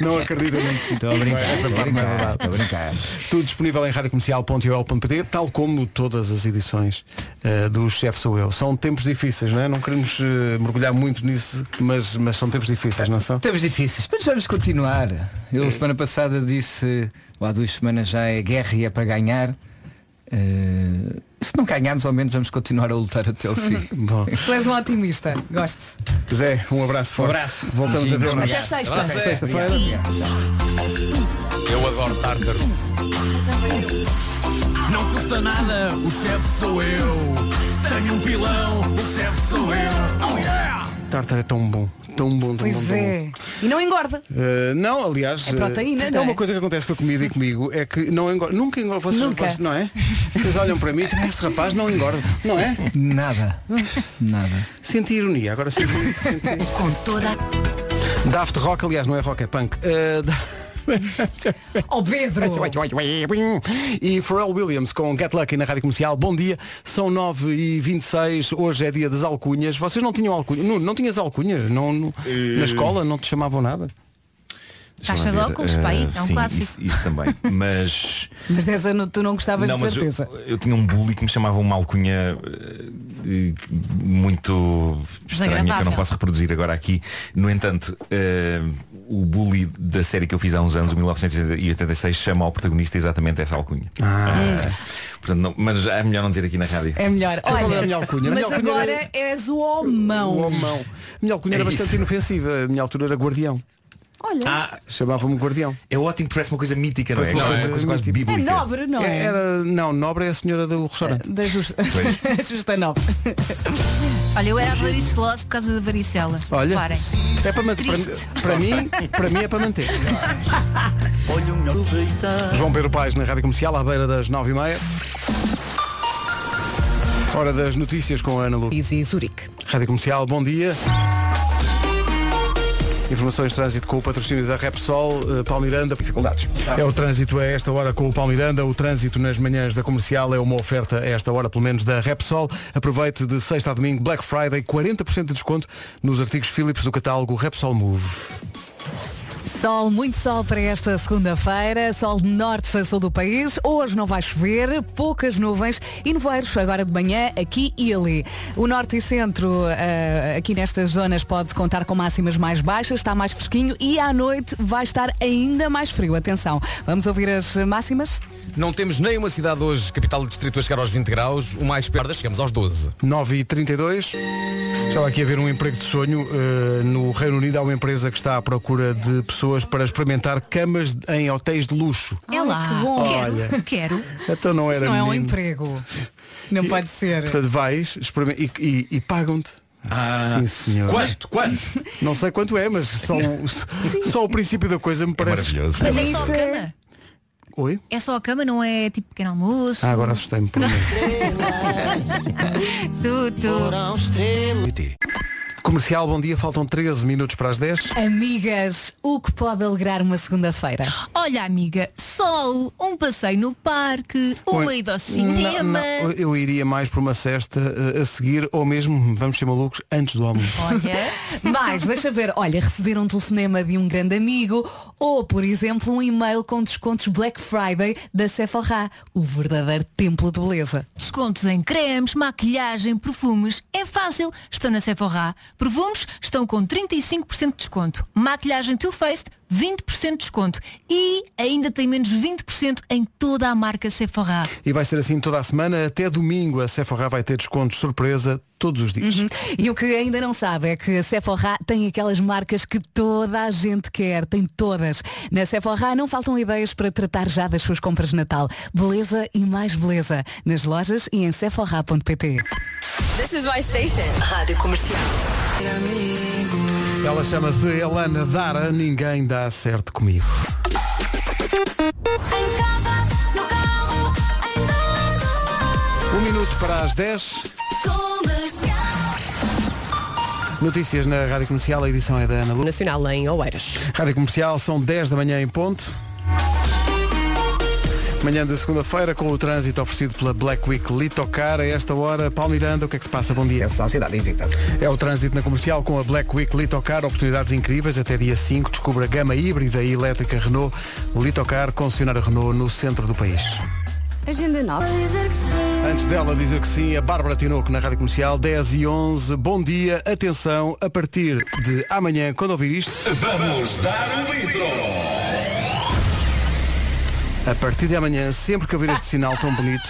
Speaker 2: Não é acredito muito.
Speaker 4: Estou a brincar, estou a brincar, estou a brincar.
Speaker 2: Tudo disponível em radiocomercial.ol.pd, tal como todas as edições eh, do Chefe Sou Eu. São tempos difíceis, não é? Não queremos eh, mergulhar muito nisso, mas, mas são tempos difíceis, não são?
Speaker 4: Tempos difíceis, mas vamos continuar. Eu
Speaker 2: É.
Speaker 4: semana passada disse, ou há duas semanas já é guerra e é para ganhar. Eh, se não ganharmos, ao menos vamos continuar a lutar até ao fim.
Speaker 2: Bom.
Speaker 3: Tu és um otimista. Gosto.
Speaker 2: Zé, um abraço forte.
Speaker 4: abraço.
Speaker 2: Voltamos a
Speaker 4: Beijinhos,
Speaker 2: ver-nos
Speaker 3: obrigado. Até sexta.
Speaker 2: Até sexta-feira.
Speaker 7: Eu adoro tártaro.
Speaker 11: Não custa nada, o chefe sou eu. Tenho um pilão, o chefe sou eu. Oh yeah!
Speaker 2: Tartar é tão bom, tão bom, tão bom.
Speaker 3: Pois
Speaker 2: tão bom.
Speaker 3: é. E não engorda.
Speaker 2: Uh, não, aliás,
Speaker 3: É proteína,
Speaker 2: uh,
Speaker 3: não
Speaker 2: é uma
Speaker 3: é?
Speaker 2: coisa que acontece com a comida e comigo, é que não engorda, nunca engorda, vocês,
Speaker 3: Nunca.
Speaker 2: vocês- não é? Vocês olham para mim e dizem, "Ah, este rapaz não engorda, não é?
Speaker 4: Nada. Nada.
Speaker 2: Senti ironia, agora senti. senti.
Speaker 8: Com toda a...
Speaker 2: Daft Rock, aliás, não é rock, é punk. Uh, da-
Speaker 3: Ó Oh, Pedro.
Speaker 2: E Pharrell Williams com Get Lucky na Rádio Comercial. Bom dia, são 9h26, hoje é dia das alcunhas. Vocês não tinham alcunha? Não, não tinhas alcunha? Não, não-
Speaker 3: Eh,
Speaker 2: na escola não te chamavam nada?
Speaker 9: Deixa-me
Speaker 1: Caixa de
Speaker 9: ver.
Speaker 1: óculos, pá, aí,
Speaker 9: Ah,
Speaker 1: é um
Speaker 9: sim,
Speaker 1: clássico.
Speaker 9: Isso, isso também. Mas.
Speaker 3: Mas dessa no- tu não gostavas
Speaker 9: não,
Speaker 3: de
Speaker 9: mas eu,
Speaker 3: certeza.
Speaker 9: eu tinha um bully que me chamava uma alcunha eh, muito estranha que eu
Speaker 1: Desagradável.
Speaker 9: não posso reproduzir agora aqui. No entanto, eh, o bully da série que eu fiz há uns anos, o 1986, chama ao protagonista exatamente essa alcunha. Ah, portanto, não- mas é melhor não dizer aqui na rádio.
Speaker 3: É melhor.
Speaker 2: Sabe qual
Speaker 3: Olha,
Speaker 2: é a minha alcunha? A
Speaker 3: mas
Speaker 2: minha alcunha
Speaker 3: agora
Speaker 2: era-
Speaker 3: és o homão.
Speaker 2: O homão. A minha alcunha
Speaker 9: É
Speaker 2: era bastante
Speaker 9: isso.
Speaker 2: inofensiva, a minha altura era guardião.
Speaker 3: Olha,
Speaker 9: Ah,
Speaker 2: Chamava-me guardião.
Speaker 9: é ótimo, parece uma coisa mítica, não é?
Speaker 2: Não,
Speaker 9: Uma coisa,
Speaker 2: é
Speaker 9: coisa quase
Speaker 2: mítica.
Speaker 3: é
Speaker 9: bíblica.
Speaker 3: nobre, não é?
Speaker 2: Era, não, nobre é a senhora do restaurante.
Speaker 3: Da justa, justa nobre.
Speaker 1: Olha, eu era
Speaker 9: é-
Speaker 1: avaricilose por causa da varicela.
Speaker 2: Olha,
Speaker 1: Parem.
Speaker 2: é para manter.
Speaker 1: Triste.
Speaker 2: Para, para mim, para mim é para manter. João Pedro Paes na Rádio Comercial, à beira das 9h30. Hora das notícias com a Ana Lu.
Speaker 3: Easy Zurique.
Speaker 2: Rádio Comercial, bom dia. Informações de trânsito com o patrocínio da Repsol, eh, Palmiranda. Dificuldades. É o trânsito a esta hora com o Palmiranda. O trânsito nas manhãs da comercial é uma oferta a esta hora, pelo menos, da Repsol. Aproveite de sexta a domingo, Black Friday, 40% de desconto nos artigos Philips do catálogo Repsol Move.
Speaker 3: Sol, muito sol para esta segunda-feira, sol de norte a sul do país. Hoje não vai chover, poucas nuvens e nevoeiros agora de manhã aqui e ali. O norte e centro, eh, aqui nestas zonas, pode contar com máximas mais baixas, está mais fresquinho e à noite vai estar ainda mais frio. Atenção, vamos ouvir as máximas?
Speaker 7: Não temos nenhuma cidade hoje, capital do distrito, a chegar aos 20 graus. O mais perto, chegamos aos 12.
Speaker 2: 9 e 32 Estava aqui a ver um emprego de sonho. eh, no Reino Unido há uma empresa que está à procura de pessoas para experimentar camas em hotéis de luxo.
Speaker 1: É lá. Que bom.
Speaker 2: Olha.
Speaker 1: Quero. Quero.
Speaker 2: Então não era
Speaker 3: Isso não é um
Speaker 2: menino.
Speaker 3: emprego. Não
Speaker 2: E-
Speaker 3: pode ser.
Speaker 2: Portanto, vais experimenta- e, e- e pagam-te. Sim, senhor.
Speaker 9: Quanto? Quanto?
Speaker 2: Não sei quanto é, mas só, o- só o princípio da coisa me parece.
Speaker 9: maravilhoso.
Speaker 1: Mas é só a cama.
Speaker 2: Oi?
Speaker 1: É só a cama, não é tipo pequeno almoço.
Speaker 2: Ah, agora assustei-me por um momento.
Speaker 1: Tudo.
Speaker 2: Comercial, bom dia, faltam 13 minutos para as 10.
Speaker 3: Amigas, o que pode alegrar uma segunda-feira?
Speaker 1: Olha, amiga, sol, um passeio no parque, uma ida ao cinema.
Speaker 2: Não, não, eu iria mais por uma cesta eh, a seguir ou mesmo, vamos ser malucos, antes do almoço.
Speaker 3: Mais, deixa ver, olha, receber um telefonema de um grande amigo ou, por exemplo, um e-mail com descontos Black Friday da Sephora, o verdadeiro templo de beleza.
Speaker 1: Descontos em cremes, maquilhagem, perfumes. É fácil, estão na Sephora. Perfumes estão com 35% de desconto. Maquilhagem Too Faced, 20% de desconto. E ainda tem menos 20% em toda a marca Sephora.
Speaker 2: E vai ser assim toda a semana, até domingo a Sephora vai ter descontos surpresa todos os dias.
Speaker 3: Uhum. E o que ainda não sabe é que a Sephora tem aquelas marcas que toda a gente quer, tem todas. Na Sephora não faltam ideias para tratar já das suas compras de Natal. Beleza e mais beleza. Nas lojas e em sephora.pt.
Speaker 12: This is my station. Rádio Comercial.
Speaker 2: Ela chama-se Elana Dara, ninguém dá certo comigo. Um minuto para as 10. Notícias na Rádio Comercial, a edição é da Ana Lu.
Speaker 12: Nacional em Oeiras.
Speaker 2: Rádio Comercial, são 10 da manhã em ponto. Manhã de segunda-feira, com o trânsito oferecido pela Black Week Litocar. A esta hora, Palmiranda, o que é que se passa? Bom dia.
Speaker 6: Essa cidade invicta.
Speaker 2: É o trânsito na comercial com a Black Week Litocar. Oportunidades incríveis até dia 5. Descubra a gama híbrida e elétrica Renault. Litocar, concessionária Renault no centro do país.
Speaker 13: Agenda 9.
Speaker 2: Antes dela dizer que sim, a Bárbara Tinoco na Rádio Comercial, 10 e 11. Bom dia, atenção, a partir de amanhã, quando ouvir isto,
Speaker 11: Vamos dar um litro.
Speaker 2: a partir de amanhã, sempre que ouvir este sinal tão bonito,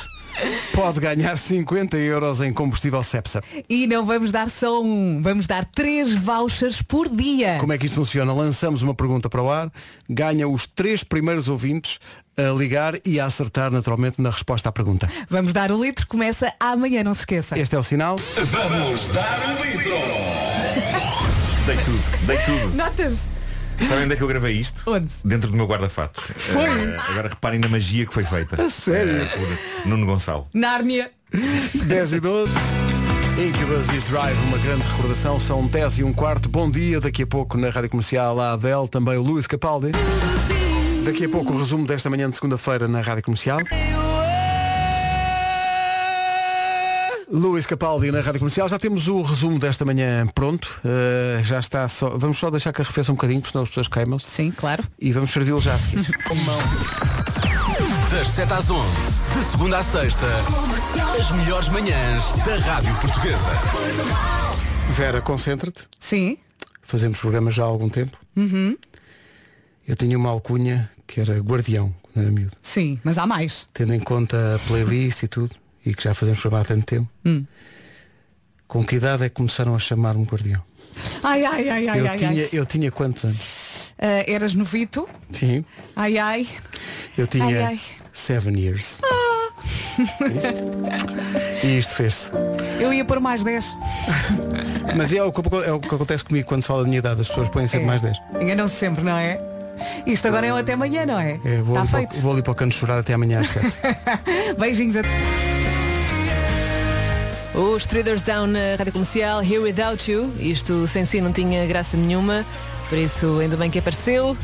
Speaker 2: pode ganhar 50 euros em combustível Cepsa.
Speaker 3: E não vamos dar só um, vamos dar três vouchers por dia.
Speaker 2: Como é que isto funciona? Lançamos uma pergunta para o ar, ganha os três primeiros ouvintes a ligar e a acertar naturalmente na resposta à pergunta.
Speaker 3: Vamos dar o litro, começa amanhã, não se esqueça.
Speaker 2: Este é o sinal.
Speaker 11: Vamos dar um litro.
Speaker 9: Dei tudo, dei tudo.
Speaker 3: Nota-se.
Speaker 9: Sabem onde é que eu gravei isto?
Speaker 3: Onde?
Speaker 9: Dentro do meu guarda-fato.
Speaker 3: Foi?
Speaker 9: Eh, agora reparem na magia que foi feita.
Speaker 2: A sério?
Speaker 9: Eh, por Nuno Gonçalo.
Speaker 3: Nárnia.
Speaker 2: 10 e 12. Incubus e Drive, uma grande recordação, são 10 e um quarto. Bom dia, daqui a pouco na Rádio Comercial a Adele, também o Luís Capaldi. Daqui a pouco o resumo desta manhã de segunda-feira na Rádio Comercial. Luís Capaldi na Rádio Comercial, já temos o resumo desta manhã pronto. Uh, já está só. Vamos só deixar que arrefeça um bocadinho, porque senão as pessoas queimam-se.
Speaker 3: Sim, claro.
Speaker 2: E vamos servi-lo já a seguir.
Speaker 11: Das 7 às 11, de segunda à sexta, as melhores manhãs da Rádio Portuguesa.
Speaker 2: Vera, concentra-te.
Speaker 3: Sim.
Speaker 2: Fazemos programas já há algum tempo.
Speaker 3: Uhum.
Speaker 2: Eu tinha uma alcunha que era guardião quando era miúdo.
Speaker 3: Sim, mas há mais.
Speaker 2: Tendo em conta a playlist e tudo, e que já fazemos programa há tanto tempo.
Speaker 3: Hum.
Speaker 2: Com que idade é que começaram a chamar-me guardião?
Speaker 3: Ai, ai, ai, ai,
Speaker 2: eu,
Speaker 3: ai,
Speaker 2: tinha,
Speaker 3: ai.
Speaker 2: eu tinha quantos anos?
Speaker 3: Ah, eras novito?
Speaker 2: Sim.
Speaker 3: Ai, ai.
Speaker 2: Eu
Speaker 3: Ai,
Speaker 2: tinha
Speaker 3: ai.
Speaker 2: seven years.
Speaker 3: Ah.
Speaker 2: E isto fez-se.
Speaker 3: Eu ia pôr mais 10.
Speaker 2: Mas é o, que, é o que acontece comigo quando se fala da minha idade, as pessoas põem sempre
Speaker 3: É.
Speaker 2: mais 10.
Speaker 3: Enganam-se sempre, não é? Isto agora é um até amanhã, não é?
Speaker 2: É, vou,
Speaker 3: Está
Speaker 2: ali
Speaker 3: feito.
Speaker 2: para, o- vou ali para o canto chorar até amanhã às 7.
Speaker 3: Beijinhos a
Speaker 12: Os Traders Down na Rádio Comercial, Here Without You. Isto sem si não tinha graça nenhuma. Por isso, ainda bem que apareceu.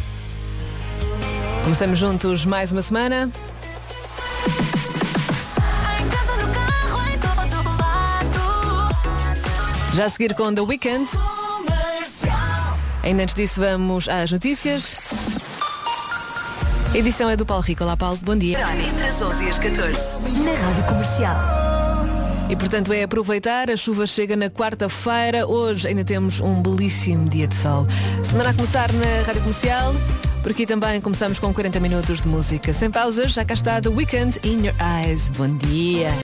Speaker 12: Começamos juntos mais uma semana. Já a seguir com The Weeknd. Ainda antes disso, vamos às notícias. A edição é do Paulo Rico. Olá, Paulo. Bom dia.
Speaker 8: Entre as 11 e as 14, na Rádio Comercial.
Speaker 12: E portanto é aproveitar, a chuva chega na quarta-feira, hoje ainda temos um belíssimo dia de sol. Semana a começar na Rádio Comercial, por aqui também começamos com 40 minutos de música sem pausas, já cá está The Weekend in Your Eyes. Bom dia!